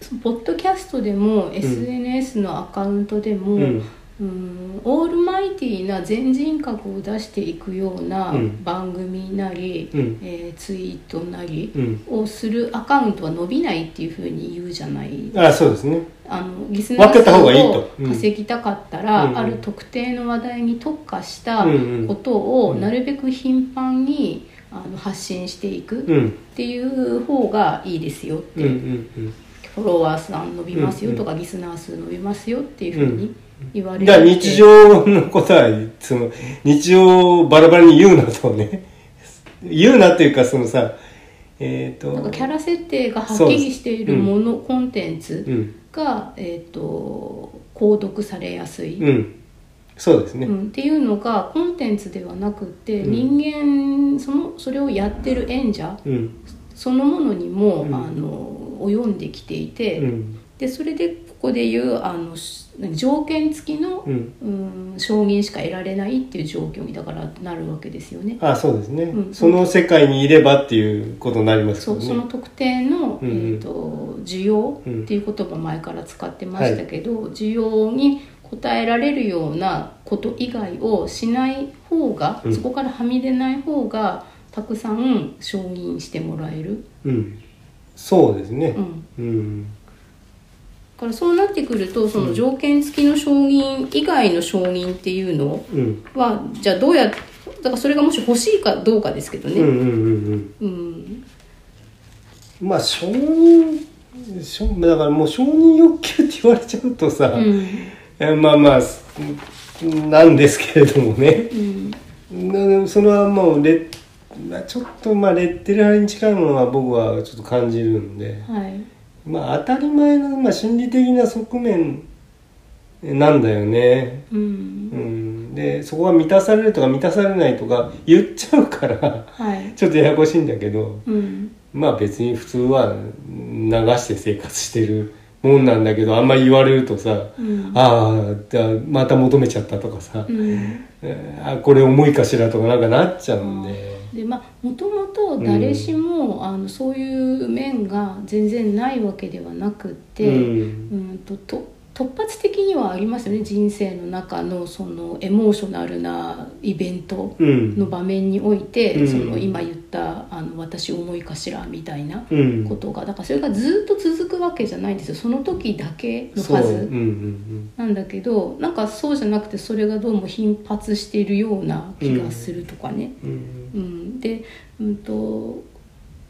Speaker 2: そのポッドキャストでも SNS のアカウントでも、
Speaker 1: う
Speaker 2: うんんオールマイティーな全人格を出していくような
Speaker 1: うん
Speaker 2: 番組なり、
Speaker 1: うん
Speaker 2: えーツイートなり
Speaker 1: うん、
Speaker 2: をするアカウントは伸びないっていうふうに言うじゃない
Speaker 1: あそうですね。
Speaker 2: あのリスナー
Speaker 1: 分けた
Speaker 2: さん
Speaker 1: 方がいいと
Speaker 2: を
Speaker 1: うん
Speaker 2: 稼ぎたかったら、
Speaker 1: うん
Speaker 2: ある特定の話題に特化した
Speaker 1: うんうん
Speaker 2: ことを
Speaker 1: うん
Speaker 2: なるべく頻繁にあの発信していく
Speaker 1: うん
Speaker 2: っていう方がいいですよっ
Speaker 1: う
Speaker 2: て
Speaker 1: ん
Speaker 2: いうう、
Speaker 1: ん
Speaker 2: フォロワーさん伸びますよとか、リスナー数伸びますよっていうふうに言
Speaker 1: う
Speaker 2: われ
Speaker 1: ん。
Speaker 2: て
Speaker 1: だから日常のことはその日常をバラバラに言うなとね 言うなっていうかそのさえっ、と
Speaker 2: なんかキャラ設定がはっきりしているもの、コンテン
Speaker 1: う
Speaker 2: ツ
Speaker 1: ん
Speaker 2: が、えー、と購読されやすい、
Speaker 1: うんそうですね。
Speaker 2: うんっていうのがコンテンツではなくて、
Speaker 1: うん
Speaker 2: 人間そのそれをやってる演者
Speaker 1: うん
Speaker 2: そのものにも、
Speaker 1: うん
Speaker 2: あの及んできていて、
Speaker 1: うん
Speaker 2: ででそれでここでいうあのし条件付きの、
Speaker 1: うん
Speaker 2: うん、証言しか得られないっていう状況にだからなるわけですよね。
Speaker 1: あそうですね、
Speaker 2: うん
Speaker 1: その世界にいればっていうことになります
Speaker 2: そ
Speaker 1: よ
Speaker 2: う
Speaker 1: ね
Speaker 2: その特定の、
Speaker 1: うん
Speaker 2: えー、と需要
Speaker 1: うん
Speaker 2: っていう言葉前から使ってましたけど、需要に応えられるようなこと以外をしない方が、
Speaker 1: うん
Speaker 2: そこからはみ出ない方がたくさん承認してもらえる、
Speaker 1: うん、そうですね
Speaker 2: うん、
Speaker 1: うん、
Speaker 2: だからそうなってくるとその条件付きの承認以外の承認っていうの
Speaker 1: うん、
Speaker 2: はじゃあどうやってだからそれがもし欲しいかどうかですけど
Speaker 1: うんうんう
Speaker 2: ね。
Speaker 1: んうん
Speaker 2: うん
Speaker 1: まあ承認承だからもう承認欲求って言われちゃうとさ、
Speaker 2: うん
Speaker 1: えまあまあすなんですけれどもね
Speaker 2: うん
Speaker 1: なそれはもうレまあちょっとまあレッテル派に近いものは僕はちょっと感じるんで、
Speaker 2: はい
Speaker 1: まあ当たり前の、まあ、心理的な側面なんだよね。
Speaker 2: うん
Speaker 1: うん、でそこが満たされるとか満たされないとか言っちゃうから
Speaker 2: はい
Speaker 1: ちょっとややこしいんだけど
Speaker 2: うん
Speaker 1: まあ別に普通は流して生活してるもんなんだけどあんまり言われるとさ、
Speaker 2: うん
Speaker 1: ああじゃあまた求めちゃったとかさ、
Speaker 2: うん
Speaker 1: えーあこれ重いかしらとかなんかなっちゃうんで、
Speaker 2: でまあもともと誰しも、あのそういう面が全然ないわけではなくって、
Speaker 1: うん
Speaker 2: うんとと突発的にはありますよね人生の中のそのエモーショナルなイベント
Speaker 1: うん
Speaker 2: の場面において、
Speaker 1: うん
Speaker 2: その今言ったあの私重いかしらみたいな
Speaker 1: うん
Speaker 2: ことがだからそれがずっと続くわけじゃないんですよその時だけの
Speaker 1: そう
Speaker 2: は
Speaker 1: うん
Speaker 2: ず
Speaker 1: うんうん
Speaker 2: なんだけどなんかそうじゃなくてそれがどうも頻発しているような気がするとかね。
Speaker 1: うん
Speaker 2: うん、で、うん、と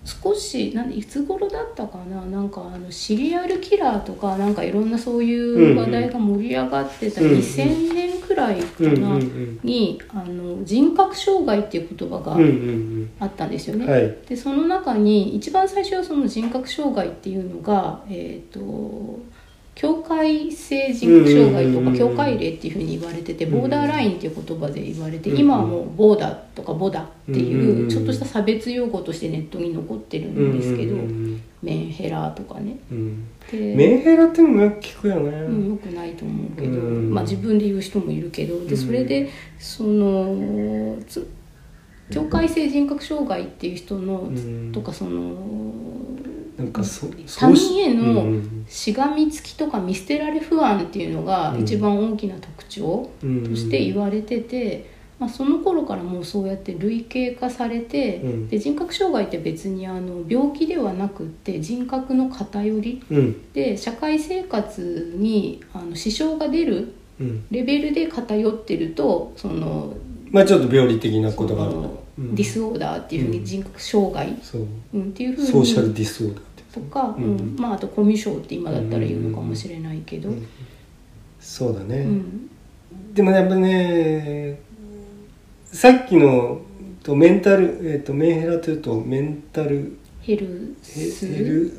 Speaker 2: 少しなんいつ頃だったかななんかあのシリアルキラーとかなんかいろんなそういう話題が盛り上がってた
Speaker 1: うんうん
Speaker 2: 2000年くらいか
Speaker 1: うんうん
Speaker 2: な
Speaker 1: うん
Speaker 2: にあの人格障害っていう言葉が
Speaker 1: うんうん
Speaker 2: あったんです
Speaker 1: う
Speaker 2: よ
Speaker 1: ん
Speaker 2: ね。
Speaker 1: はい
Speaker 2: でその中に一番最初はその人格障害っていうのが、えー、と境界性人格障害
Speaker 1: うんう
Speaker 2: と
Speaker 1: んうんう
Speaker 2: か
Speaker 1: ん
Speaker 2: 境界例っていうふうに言われてて
Speaker 1: うんうん
Speaker 2: ボーダーラインっていう言葉で言われて
Speaker 1: うんうん
Speaker 2: 今はもうボーダーとかボダっ
Speaker 1: う
Speaker 2: て
Speaker 1: んうん
Speaker 2: い
Speaker 1: うん
Speaker 2: うちょっとした差別用語としてネットに残ってるんですけど
Speaker 1: うんうん
Speaker 2: メンヘラとかね。
Speaker 1: うんうん
Speaker 2: で
Speaker 1: メンヘラっていうのもよく聞くよね、
Speaker 2: うん、よくないと思うけど、
Speaker 1: うん
Speaker 2: まあ、自分で言う人もいるけど
Speaker 1: う
Speaker 2: で
Speaker 1: ん
Speaker 2: それでそのつ境界性人格障害っていう人の、
Speaker 1: うん
Speaker 2: とかその
Speaker 1: なんかそ
Speaker 2: 他
Speaker 1: そ
Speaker 2: 人へ
Speaker 1: うしう
Speaker 2: の
Speaker 1: ん
Speaker 2: しがみつきとか見捨てられ不安っていうのが
Speaker 1: うん
Speaker 2: 一番大きな特徴
Speaker 1: うん
Speaker 2: として言われてて、まあ、その頃からもうそうやって類型化されて、
Speaker 1: うん
Speaker 2: で人格障害って別にあの病気ではなくって人格の偏り
Speaker 1: うん
Speaker 2: で社会生活にあの支障が出る
Speaker 1: うん
Speaker 2: レベルで偏ってるとその
Speaker 1: まあちょっと病理的なことがある
Speaker 2: そ
Speaker 1: から
Speaker 2: の
Speaker 1: うん
Speaker 2: ディスオーダーっていうふう
Speaker 1: う
Speaker 2: に
Speaker 1: ん
Speaker 2: 人格障害、
Speaker 1: そう
Speaker 2: うんっていうふうに
Speaker 1: ソーシャルディスオーダーって
Speaker 2: とか、
Speaker 1: う
Speaker 2: うんんまあ、あとコミュ障って今だったら言うのかもしれないけど、
Speaker 1: うんそうだね、
Speaker 2: うん
Speaker 1: でもねやっぱねさっきのとメンタル、えっとメンヘラというとメンタル
Speaker 2: ヘル
Speaker 1: ヘ
Speaker 2: ス
Speaker 1: ヘル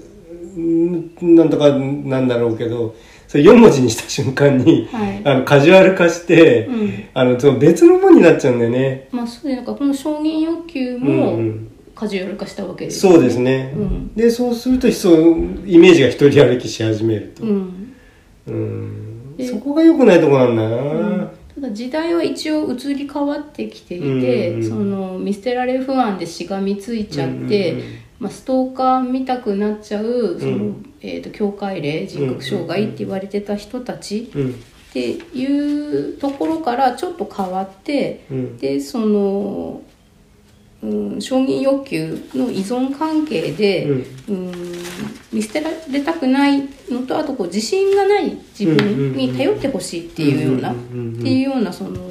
Speaker 1: うんなんとかなんだろうけどそれ4文字にした瞬間に
Speaker 2: はい、
Speaker 1: あのカジュアル化して、
Speaker 2: うん
Speaker 1: あのその別のものになっちゃうんだよね。
Speaker 2: まあ、そうでなんかこの承認欲求
Speaker 1: うんう
Speaker 2: も
Speaker 1: ん
Speaker 2: カジュアル化したわけです
Speaker 1: そうですね、
Speaker 2: うん
Speaker 1: でそうするとそうイメージが一人歩きし始めると、
Speaker 2: うん
Speaker 1: うん
Speaker 2: で
Speaker 1: そこが良くないとこなんだよな、
Speaker 2: ただ時代は一応移り変わってきていて、
Speaker 1: うんうんうん
Speaker 2: その見捨てられ不安でしがみついちゃって、
Speaker 1: うんうんうん
Speaker 2: まあ、ストーカー見たくなっちゃうその、
Speaker 1: うん
Speaker 2: えー、と境界例人格障害って言われてた人たち
Speaker 1: うん
Speaker 2: っていうところからちょっと変わって
Speaker 1: うん
Speaker 2: でその、うん、承認欲求の依存関係で、うん見捨てられたくないのとあとこう自信がない自分に頼ってほしいっていうような、
Speaker 1: うんうんうんうん
Speaker 2: っていうようなその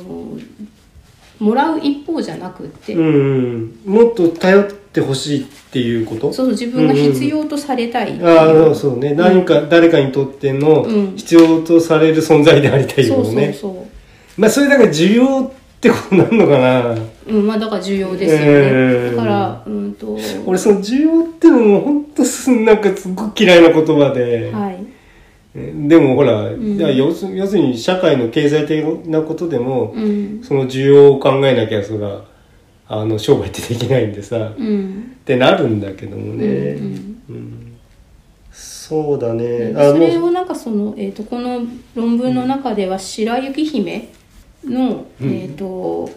Speaker 2: もらう一方じゃなくって、
Speaker 1: うんうんもっと頼ってほしいっていうこと
Speaker 2: そうそう自分が必要とされたいっていう
Speaker 1: ああそうね何か、誰かにとっての
Speaker 2: うん
Speaker 1: 必要とされる存在でありたいよ
Speaker 2: そうそう
Speaker 1: ね
Speaker 2: そ
Speaker 1: まあそれだから需要ってことになるのかな
Speaker 2: う、うん、まあだから重要ですよね、
Speaker 1: えー
Speaker 2: だからうんと
Speaker 1: 俺その需要ってのも本当す なんかすごく嫌いな言葉で、
Speaker 2: はい
Speaker 1: でもほら、
Speaker 2: ん
Speaker 1: いや要す要するに社会の経済的なことでも、
Speaker 2: うん
Speaker 1: その需要を考えなきゃそらあの商売ってできないんでさ、
Speaker 2: うん
Speaker 1: ってなるんだけどもね、
Speaker 2: うん
Speaker 1: うんそうだね。あ
Speaker 2: それ
Speaker 1: も
Speaker 2: を
Speaker 1: う
Speaker 2: なんかその、えー、とこの論文の中では白雪姫の、
Speaker 1: うん
Speaker 2: えー、と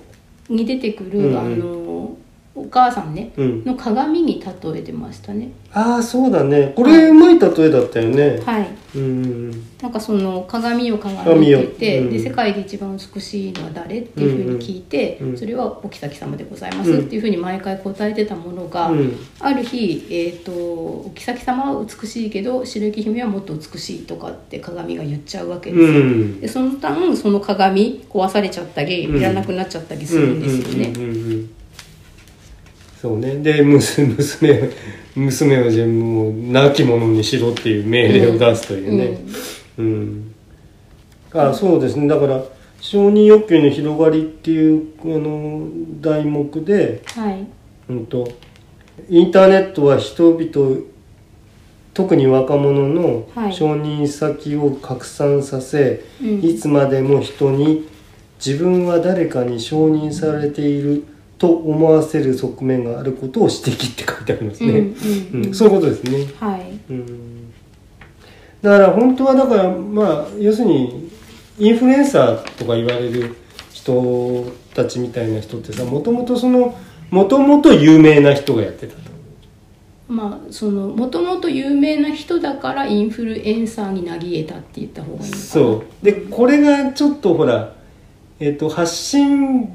Speaker 2: に出てくる、
Speaker 1: うんうん
Speaker 2: あのお母さんね、
Speaker 1: うん
Speaker 2: の鏡に例えてましたね。
Speaker 1: ああそうだね。これうまい例えだったよね。
Speaker 2: はい
Speaker 1: うん
Speaker 2: なんかその鏡を鏡ってて、
Speaker 1: 鏡をうん
Speaker 2: で世界で一番美しいのは誰っていうふうに聞いて、
Speaker 1: うんうん
Speaker 2: それはお妃様でございますっていうふうに毎回答えてたもの
Speaker 1: う
Speaker 2: が、
Speaker 1: ん。うん。
Speaker 2: ある日、えー、とお妃様は美しいけど白雪姫はもっと美しいとかって鏡が言っちゃうわけですよ、
Speaker 1: うん。
Speaker 2: でその間その鏡壊されちゃったり
Speaker 1: うん
Speaker 2: いらなくなっちゃったりす
Speaker 1: うん
Speaker 2: るんですよね、
Speaker 1: うんうんうんそうね。で娘娘娘はじゃあもう亡き者にしろっていう命令を出すというね。うん。あそうですね。だから承認欲求の広がりっていうあの題目で。
Speaker 2: はい
Speaker 1: うんとインターネットは人々特に若者の
Speaker 2: はい
Speaker 1: 承認先を拡散させ、
Speaker 2: うん
Speaker 1: いつまでも人に自分は誰かに承認されていると思わせる側面があることを指摘って書いてあります
Speaker 2: うん
Speaker 1: ね。
Speaker 2: うん
Speaker 1: うんそういうことですね。
Speaker 2: はい
Speaker 1: うんだから本当はだからまあ要するにインフルエンサーとか言われる人たちみたいな人ってさもともとそのもともと有名な人がやってたと
Speaker 2: まあそのもともと有名な人だからインフルエンサーになり得たって言った方がいいのかな
Speaker 1: そうでこれがちょっとほら、えっと発信っ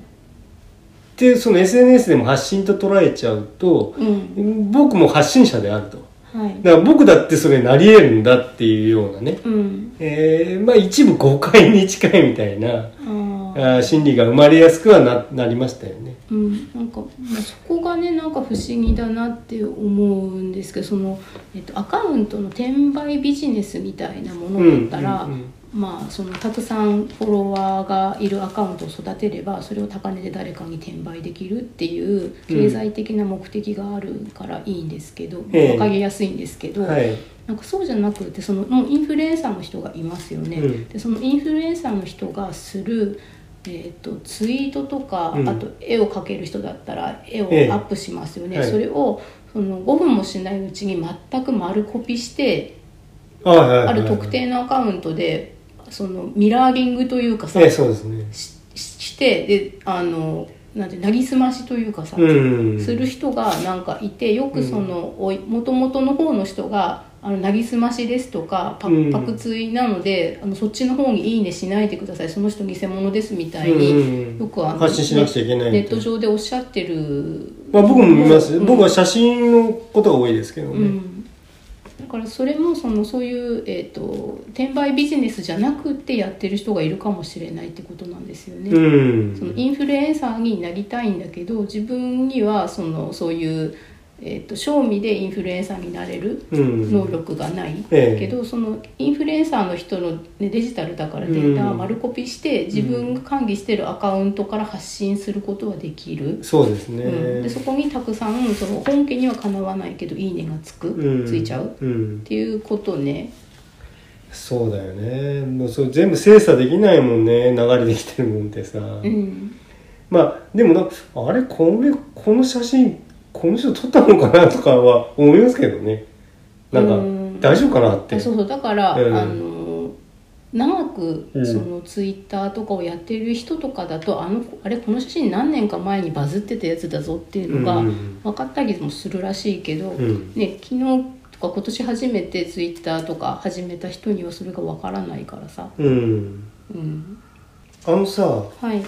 Speaker 1: てその SNS でも発信と捉えちゃうと
Speaker 2: うん
Speaker 1: 僕も発信者であると
Speaker 2: はい
Speaker 1: だから僕だってそれなり得るんだっていうようなね、
Speaker 2: うん
Speaker 1: えーまあ一部誤解に近いみたいな
Speaker 2: あー
Speaker 1: あー心理が生まれやすくはななりましたよね。
Speaker 2: うん、なんかまあそこがねなんか不思議だなって思うんですけどその、えっと、アカウントの転売ビジネスみたいなものだったら、
Speaker 1: うんうんうん
Speaker 2: まあ、そのたくさんフォロワーがいるアカウントを育てればそれを高値で誰かに転売できるっていう経済的な目的があるからいいんですけど、
Speaker 1: ええ
Speaker 2: 分かりやすいんですけど。
Speaker 1: はい、
Speaker 2: なんかそうじゃなくてそのもうインフルエンサーの人がいますよね、
Speaker 1: うん
Speaker 2: でそのインフルエンサーの人がする、えー、とツイートとか、
Speaker 1: うん
Speaker 2: あと絵を描ける人だったら絵をア
Speaker 1: ええ
Speaker 2: ップしますよね、
Speaker 1: はい
Speaker 2: それをその5分もしないうちに全く丸コピして
Speaker 1: あ,、はいはい、
Speaker 2: ある特定のアカウントでそのミラーリングというかさ、
Speaker 1: ええそうですね。
Speaker 2: ししてであのなんてなぎすましというかさ、
Speaker 1: うん、
Speaker 2: する人がなんかいてよくそのもともとの方の人が「あのなぎすましです」とかパ
Speaker 1: うん
Speaker 2: 「パクツイなのであのそっちの方に「いいね」しないでくださいその人偽物ですみたいに、
Speaker 1: うん
Speaker 2: よくあの
Speaker 1: 発信しなくちゃいけないみた
Speaker 2: ネ
Speaker 1: いな
Speaker 2: ット上でおっしゃってる、
Speaker 1: まあ、僕も見ます、
Speaker 2: うん
Speaker 1: 僕は写真のことが多いですけどね。
Speaker 2: うんだからそれもそのそういう、えー、と転売ビジネスじゃなくてやってる人がいるかもしれないってことなんですよね。
Speaker 1: うん
Speaker 2: そのインフルエンサーになりたいんだけど自分にはそのそういう、えー、と賞味でインフルエンサーになれる
Speaker 1: うん
Speaker 2: 能力がない、
Speaker 1: ええ
Speaker 2: けどそのインフルエンサーの人の、ね、デジタルだからデータを丸コピして、自分が管理してるアカウントから発信することはできる。
Speaker 1: そうですね。
Speaker 2: うん、でそこにたくさんその本家にはかなわないけど「いいね」がつく、
Speaker 1: うん
Speaker 2: ついちゃうっ
Speaker 1: うん、
Speaker 2: ていうことね
Speaker 1: そうだよね。もうそれ全部精査できないもんね、流れてきてるもんってさ。
Speaker 2: うん
Speaker 1: まあ、でもな、あれ、これ、この写真、この人撮ったのかなとかは思いますけどね。なんか、
Speaker 2: うん
Speaker 1: 大丈夫かなって。
Speaker 2: あそうそうだから、
Speaker 1: うん
Speaker 2: あの長く
Speaker 1: うん
Speaker 2: そのツイッターとかをやってる人とかだと、あのあれこの写真何年か前にバズってたやつだぞっていうのが
Speaker 1: うんうんうん
Speaker 2: 分かったりもするらしいけど、
Speaker 1: ん
Speaker 2: ね、昨日とか今年初めてツイッターとか始めた人にはそれが分からないからさ、
Speaker 1: うん。
Speaker 2: うん、
Speaker 1: あのさ、
Speaker 2: はい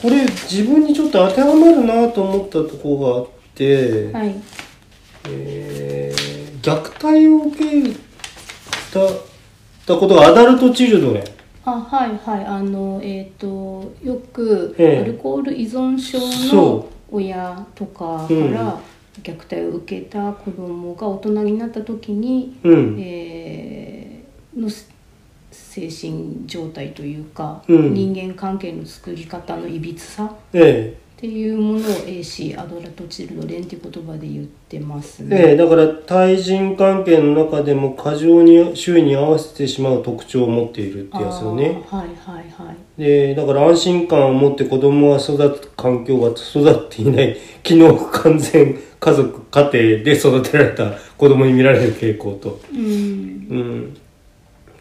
Speaker 1: これ自分にちょっと当てはまるなと思ったとこがあって、
Speaker 2: はい
Speaker 1: えー虐待を受けたたことがアダルトチルドレン
Speaker 2: あはいはいあのえっ、とよく
Speaker 1: ええ
Speaker 2: アルコール依存症
Speaker 1: そ
Speaker 2: の親とかか
Speaker 1: うん
Speaker 2: ら虐待を受けた子供が大人になった時に、
Speaker 1: うん、
Speaker 2: えーのす精神状態というか、
Speaker 1: うん
Speaker 2: 人間関係の作り方のいびつさっ
Speaker 1: ええ
Speaker 2: てっていうものを AC アドラト・チルドレンっていう言葉で言ってます
Speaker 1: え
Speaker 2: ね。
Speaker 1: えだから対人関係の中でも過剰に周囲に合わせてしまう特徴を持っているってやつよね
Speaker 2: あーはいはいはい。
Speaker 1: でだから安心感を持って子供は育つ環境が育っていない 機能不完全家族家庭で育てられた子供に見られる傾向と、
Speaker 2: うん、
Speaker 1: うん、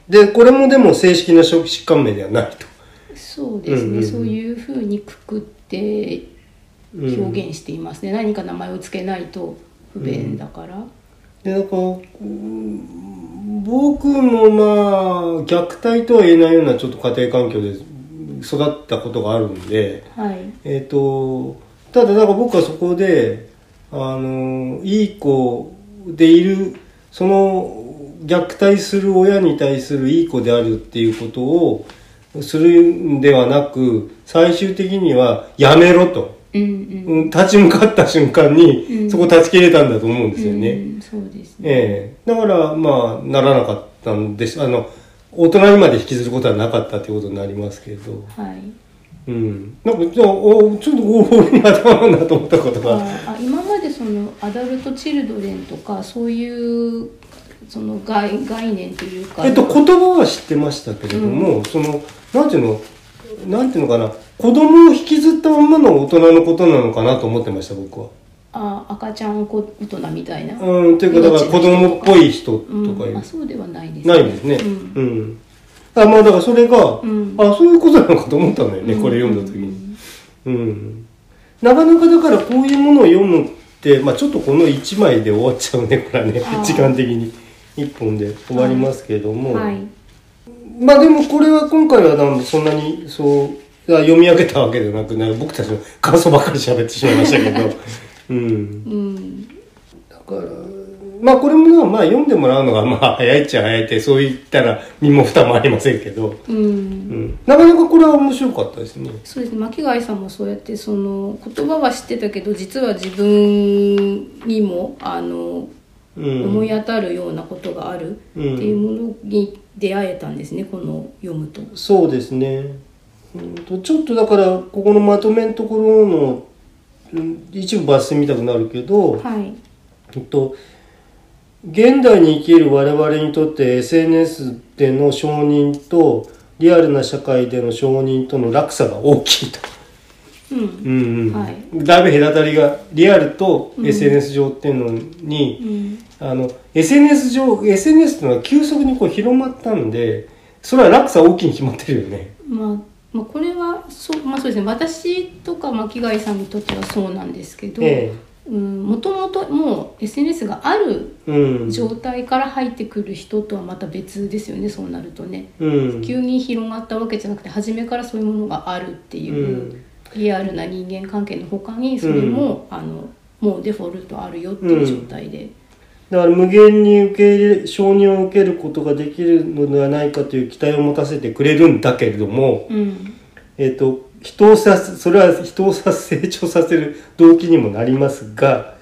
Speaker 1: でこれもでも正式な初期疾患名ではないと、
Speaker 2: そうですね、
Speaker 1: うんうんうん
Speaker 2: そういうふうにくくって
Speaker 1: うん、
Speaker 2: 表現していますね、何か名前をつけないと不便だから、
Speaker 1: でなんかうん僕もまあ虐待とは言えないようなちょっと家庭環境で育ったことがあるんで、
Speaker 2: はい
Speaker 1: えっとただなんか僕はそこであのいい子でいるその虐待する親に対するいい子であるっていうことをするんではなく最終的にはやめろと、
Speaker 2: うんうん
Speaker 1: うん立ち向かった瞬間
Speaker 2: う
Speaker 1: に
Speaker 2: ん
Speaker 1: そこ断ち切れたんだと思うんですよね。
Speaker 2: うん、そうですね、
Speaker 1: ええだからまあならなかったんですあの大人にまで引きずることはなかったということになりますけど
Speaker 2: はい
Speaker 1: うんなんかじゃあおちょっとお俺に頭なんだと思ったことが
Speaker 2: あ今までそのアダルト・チルドレンとかそういうその概概念というか
Speaker 1: えっと言葉は知ってましたけれども、そのなんていうのなんていうのかな子供を引きずったまんまの大人のことなのかなと思ってました僕は。
Speaker 2: あ赤ちゃん子大人みたいな、
Speaker 1: うんというかだから子供っぽい人とか
Speaker 2: うん
Speaker 1: いう、
Speaker 2: あそうではないです、
Speaker 1: ないですね。
Speaker 2: うん
Speaker 1: うんあまあだからそれが、
Speaker 2: うん
Speaker 1: あそういうことなのかと思ったんだよね、これ読んだ時に。うん、なかなかだからこういうものを読むって、まあ、ちょっとこの1枚で終わっちゃうねこれはね
Speaker 2: あー
Speaker 1: 時間的に1本で終わりますけれども、
Speaker 2: はい
Speaker 1: まあでもこれは今回はなんかそんなにそうあ読み上げたわけじゃなくな僕たちの感想ばっかり喋ってしまいましたけ ど、うん、
Speaker 2: うん
Speaker 1: だからまあこれもなまあ読んでもらうのがまあ早いっちゃ早いってそう言ったら身も蓋もありませんけど、
Speaker 2: うん
Speaker 1: うん、なかなかこれは面白かったですね。
Speaker 2: そうですね巻貝さんもそうやってその言葉は知ってたけど実は自分にもあの、
Speaker 1: うん、
Speaker 2: 思い当たるようなことがあるっていうものに出会えたんですねこの読むと。
Speaker 1: そうですね、うんと、ちょっとだからここのまとめのところのうん一部抜粋みたくなるけど、
Speaker 2: はい、
Speaker 1: うんと現代に生きる我々にとって SNS での承認とリアルな社会での承認との落差が大きいと。
Speaker 2: うん
Speaker 1: うんうん
Speaker 2: はい
Speaker 1: だいぶ隔たりがリアルと SNS 上っていうのに、
Speaker 2: うん
Speaker 1: あの SNS 上 SNS っていうのは急速にこう広まったんでそれは落差大きいに決まってるよね。
Speaker 2: まあまあ、これはそう,、まあ、そうですね私とか巻貝さんにとってはそうなんですけど、
Speaker 1: え
Speaker 2: うん、もともともう SNS がある
Speaker 1: えうん、
Speaker 2: 状態から入ってくる人とはまた別ですよねそうなるとね。
Speaker 1: うん、
Speaker 2: 急に広がったわけじゃなくて初めからそういうものがあるっていう、リアルな人間関係の他にそれも、あのもうデフォルトあるよっていう状態で、
Speaker 1: だから無限に受け入れ承認を受けることができるのではないかという期待を持たせてくれるんだけれども、
Speaker 2: うん
Speaker 1: えっと人をさすそれは人をさ成長させる動機にもなりますが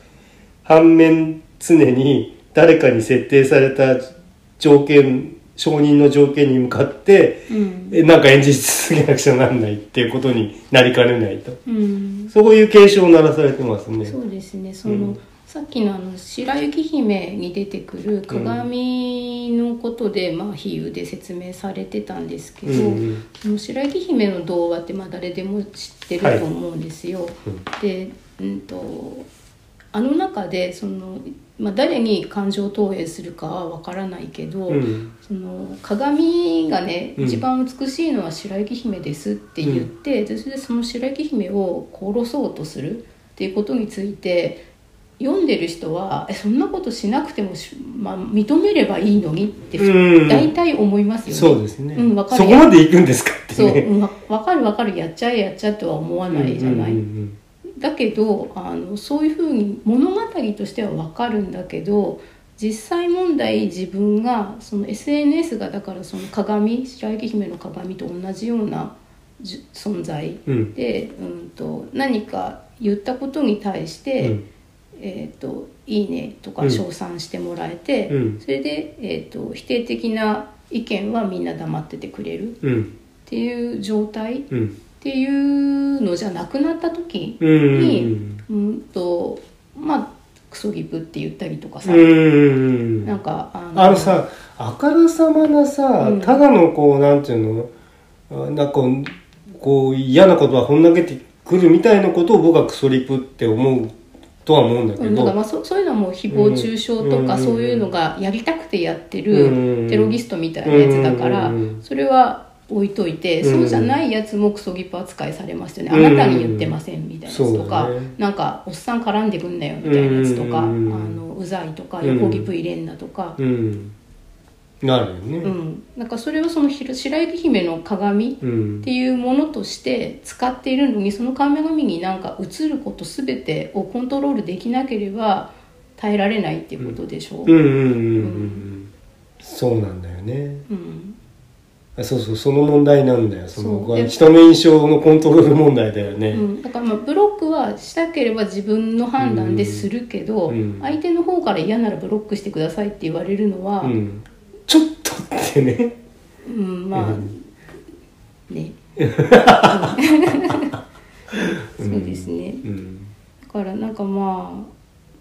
Speaker 1: 反面常に誰かに設定された条件承認の条件に向かって
Speaker 2: うん
Speaker 1: えなんか演じ続けなくちゃなんないっていうことになりかねないと
Speaker 2: うん、
Speaker 1: そういう警鐘を鳴らされてますね。
Speaker 2: そうですねその、
Speaker 1: うん
Speaker 2: さっきのあの白雪姫に出てくる鏡のことで、まあ、比喩で説明されてたんですけど、
Speaker 1: うん
Speaker 2: その白雪姫の童話ってまあ誰でも知ってると思うんですよ。
Speaker 1: うん
Speaker 2: で、うん、とあの中でその、まあ、誰に感情を投影するかはわからないけど、
Speaker 1: うん
Speaker 2: その鏡がね
Speaker 1: うん
Speaker 2: 一番美しいのは白雪姫ですって言って、でそれでその白雪姫を殺そうとするっていうことについて読んでる人はえそんなことしなくてもし、まあ、認めればいいのにって、
Speaker 1: うん
Speaker 2: 大体思いますよね。
Speaker 1: そうですね、
Speaker 2: うんわかる
Speaker 1: そこまで行くんですかって
Speaker 2: そう、
Speaker 1: ね。
Speaker 2: うん、わわかるわかるやっちゃえやっちゃえとは思わないじゃない、
Speaker 1: うんうん
Speaker 2: だけどあのそういうふうに物語としてはわかるんだけど実際問題自分がその SNS がだからその鏡白雪姫の鏡と同じようなじゅ存在
Speaker 1: うんうん
Speaker 2: で、うん、と何か言ったことに対して、
Speaker 1: うん
Speaker 2: えーと「いいね」と
Speaker 1: う
Speaker 2: か
Speaker 1: ん
Speaker 2: 称賛してもらえて、
Speaker 1: うん
Speaker 2: それで、えー、と否定的な意見はみんな黙っててくれるっ
Speaker 1: うん
Speaker 2: ていう状態
Speaker 1: うん
Speaker 2: っていうのじゃなくなった時
Speaker 1: うんうん
Speaker 2: に、うんとまあクソギブって言ったりとかさ、
Speaker 1: うん
Speaker 2: なんかあ
Speaker 1: あのさ明るさまなさ
Speaker 2: うん
Speaker 1: ただのこうなんていうのあなんかこうこう嫌なことはほん投げてくるみたいなことを僕はクソリプって思うとは思うんだけ
Speaker 2: うんなんかま
Speaker 1: ど
Speaker 2: あそそういうのはもう誹謗中傷とか、
Speaker 1: うん
Speaker 2: そういうのがやりたくてやって
Speaker 1: う
Speaker 2: る
Speaker 1: ん
Speaker 2: テロリストみたいなやつだから、
Speaker 1: うん
Speaker 2: それは置いといて、
Speaker 1: うん
Speaker 2: そうじゃないやつもクソギプ扱いされますよね、
Speaker 1: うん
Speaker 2: あなたに言ってませんみたいなやつとか、
Speaker 1: そうだね
Speaker 2: なんかおっさん絡んでくんなよみたいなやつとか、
Speaker 1: うん
Speaker 2: あのうざいとか
Speaker 1: うん
Speaker 2: 横ギプ入れんなとか。
Speaker 1: うんなるよね
Speaker 2: うん、なんかそれをそのひろ白雪姫の鏡
Speaker 1: う
Speaker 2: っ
Speaker 1: ん
Speaker 2: ていうものとして使っているのにその神々になんか映ること全てをコントロールできなければ耐えられないっていうことでし
Speaker 1: う
Speaker 2: ょう、
Speaker 1: んうんうんうんうんそうなんだよね
Speaker 2: うん
Speaker 1: あそうそうその問題なんだよその
Speaker 2: そうで
Speaker 1: 人の印象のコントロール問題だよ
Speaker 2: う
Speaker 1: ね
Speaker 2: んだからまあブロックはしたければ自分の判断でするけど、
Speaker 1: うんうん
Speaker 2: 相手の方から嫌ならブロックしてくださいって言われるのは、
Speaker 1: う
Speaker 2: うん
Speaker 1: んちょっとってね
Speaker 2: まあ、
Speaker 1: うん
Speaker 2: ね うんそうですね、
Speaker 1: うん
Speaker 2: だからなんかまあ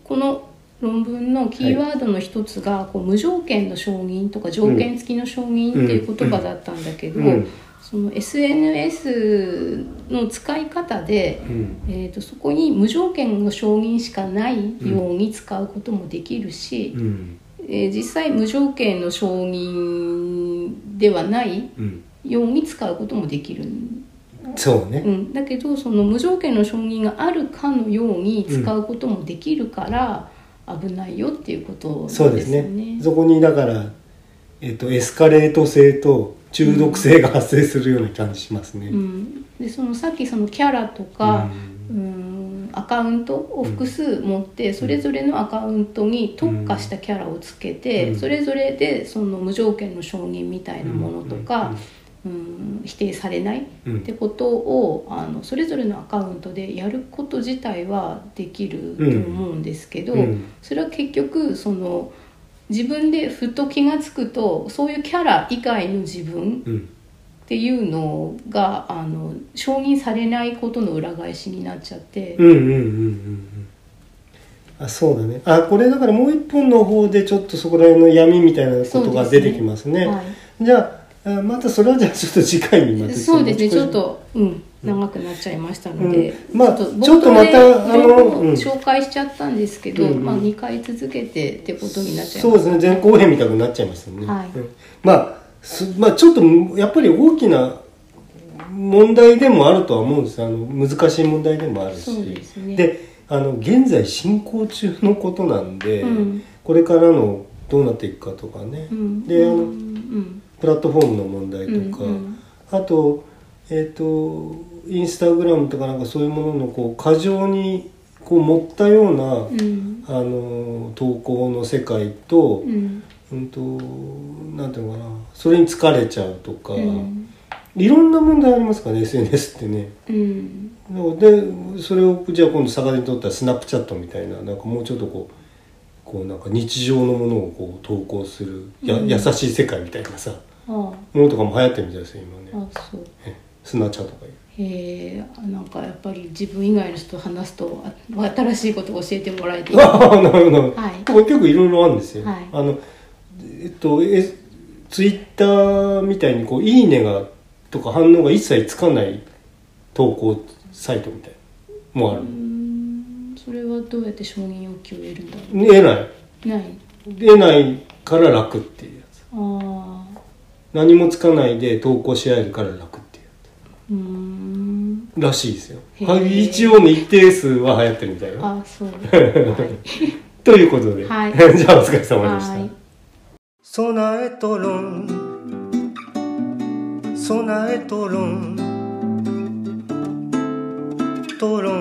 Speaker 2: この論文のキーワードの一つが、こう無条件の承認とか条件付きの承認っていう言葉だったんだけど、
Speaker 1: うんうん
Speaker 2: その SNS の使い方で、
Speaker 1: うん
Speaker 2: えー、とそこに無条件の承認しかないように使うこともできるし、
Speaker 1: うん
Speaker 2: えー実際無条件の承認ではない
Speaker 1: うん
Speaker 2: ように使うこともできる
Speaker 1: そうね
Speaker 2: うん、だけどその無条件の承認があるかのように使うこともできるから危ないよっていうことです
Speaker 1: そ
Speaker 2: よ
Speaker 1: う
Speaker 2: ね。
Speaker 1: ですね。そこにだから、えっと、エスカレート性と中毒性が発生するような感じしますね。
Speaker 2: うん、でそのさっきそのキャラとか、うん、アカウントを複数持ってそれぞれのアカウントに特化したキャラをつけて、
Speaker 1: うん
Speaker 2: それぞれでその無条件の承認みたいなものとか、うん否定されない
Speaker 1: うん
Speaker 2: ってことをあのそれぞれのアカウントでやること自体はできると思うんですけど、
Speaker 1: うん
Speaker 2: それは結局その自分でふっと気が付くとそういうキャラ以外の自分
Speaker 1: うん
Speaker 2: っていうのがあの承認されないことの裏返しになっちゃって、
Speaker 1: うんうんうんうんうん。あ、そうだね。あ、これだからもう一本の方でちょっとそこら辺の闇みたいなことが出てきますね。
Speaker 2: は
Speaker 1: じゃあ、あまたそれはじゃあちょっと次回にま
Speaker 2: い、
Speaker 1: た
Speaker 2: そうですねちょっ
Speaker 1: 持ち越し。
Speaker 2: と、うん、長くなっちゃいましたので、
Speaker 1: うんまあ
Speaker 2: ちょっと冒頭で
Speaker 1: ちょっとまたあの
Speaker 2: いろいろ
Speaker 1: うん
Speaker 2: 紹介しちゃったんですけど、
Speaker 1: うんうん
Speaker 2: まあ、2回続けてってことになっちゃい
Speaker 1: そう
Speaker 2: ま
Speaker 1: ですすね前後編みたくなっちゃいましたね、
Speaker 2: はい
Speaker 1: うんまあすまあちょっとやっぱり大きな問題でもあるとは思うんですあの難しい問題でもあるし
Speaker 2: そうですね
Speaker 1: であの現在進行中のことなんで、
Speaker 2: うん
Speaker 1: これからのどうなっていくかとかね、
Speaker 2: うん、
Speaker 1: であ
Speaker 2: う
Speaker 1: の
Speaker 2: ん
Speaker 1: プラットフォームの問題とか、
Speaker 2: うんうん
Speaker 1: あとえっ、とインスタグラムとかなんかそういうもののこう過剰にこう持ったような、
Speaker 2: うん
Speaker 1: あの投稿の世界と、
Speaker 2: うん
Speaker 1: うんとなんていうのかなそれに疲れちゃうとか、
Speaker 2: うん
Speaker 1: いろんな問題ありますからね SNS ってね
Speaker 2: うん
Speaker 1: なのでそれをじゃあ今度逆手にとったらスナップチャットみたいななんかもうちょっとこうこうなんか日常のものをこう投稿するや、
Speaker 2: うん
Speaker 1: 優しい世界みたいなさ
Speaker 2: あ
Speaker 1: ものとかも流行ってるみたいですよ今ね
Speaker 2: ああそう
Speaker 1: えスナチャとかいう
Speaker 2: へえなんかやっぱり自分以外の人と話すとあ新しいことを教えてもらえて
Speaker 1: ああなるほど、
Speaker 2: はい
Speaker 1: これ結構いろいろあるんですよ、
Speaker 2: はい
Speaker 1: あのえっとえツイッターみたいにこう「いいねが」とか反応が一切つかない投稿サイトみたいなのもある
Speaker 2: う、んそれはどうやって承認欲求を得るんだろ
Speaker 1: 得ないう
Speaker 2: ない
Speaker 1: 得ないから楽っていうやつ
Speaker 2: ああ
Speaker 1: 何もつかないで投稿し合えるから楽っていうや
Speaker 2: うーん
Speaker 1: つらしいですよ
Speaker 2: へー
Speaker 1: はい一応の一定数は流行ってるみたいな
Speaker 2: あそうはい
Speaker 1: ということで、
Speaker 2: はい
Speaker 1: じゃあお疲れ様でした、
Speaker 2: はい
Speaker 1: 備えとろん備えとろんとろん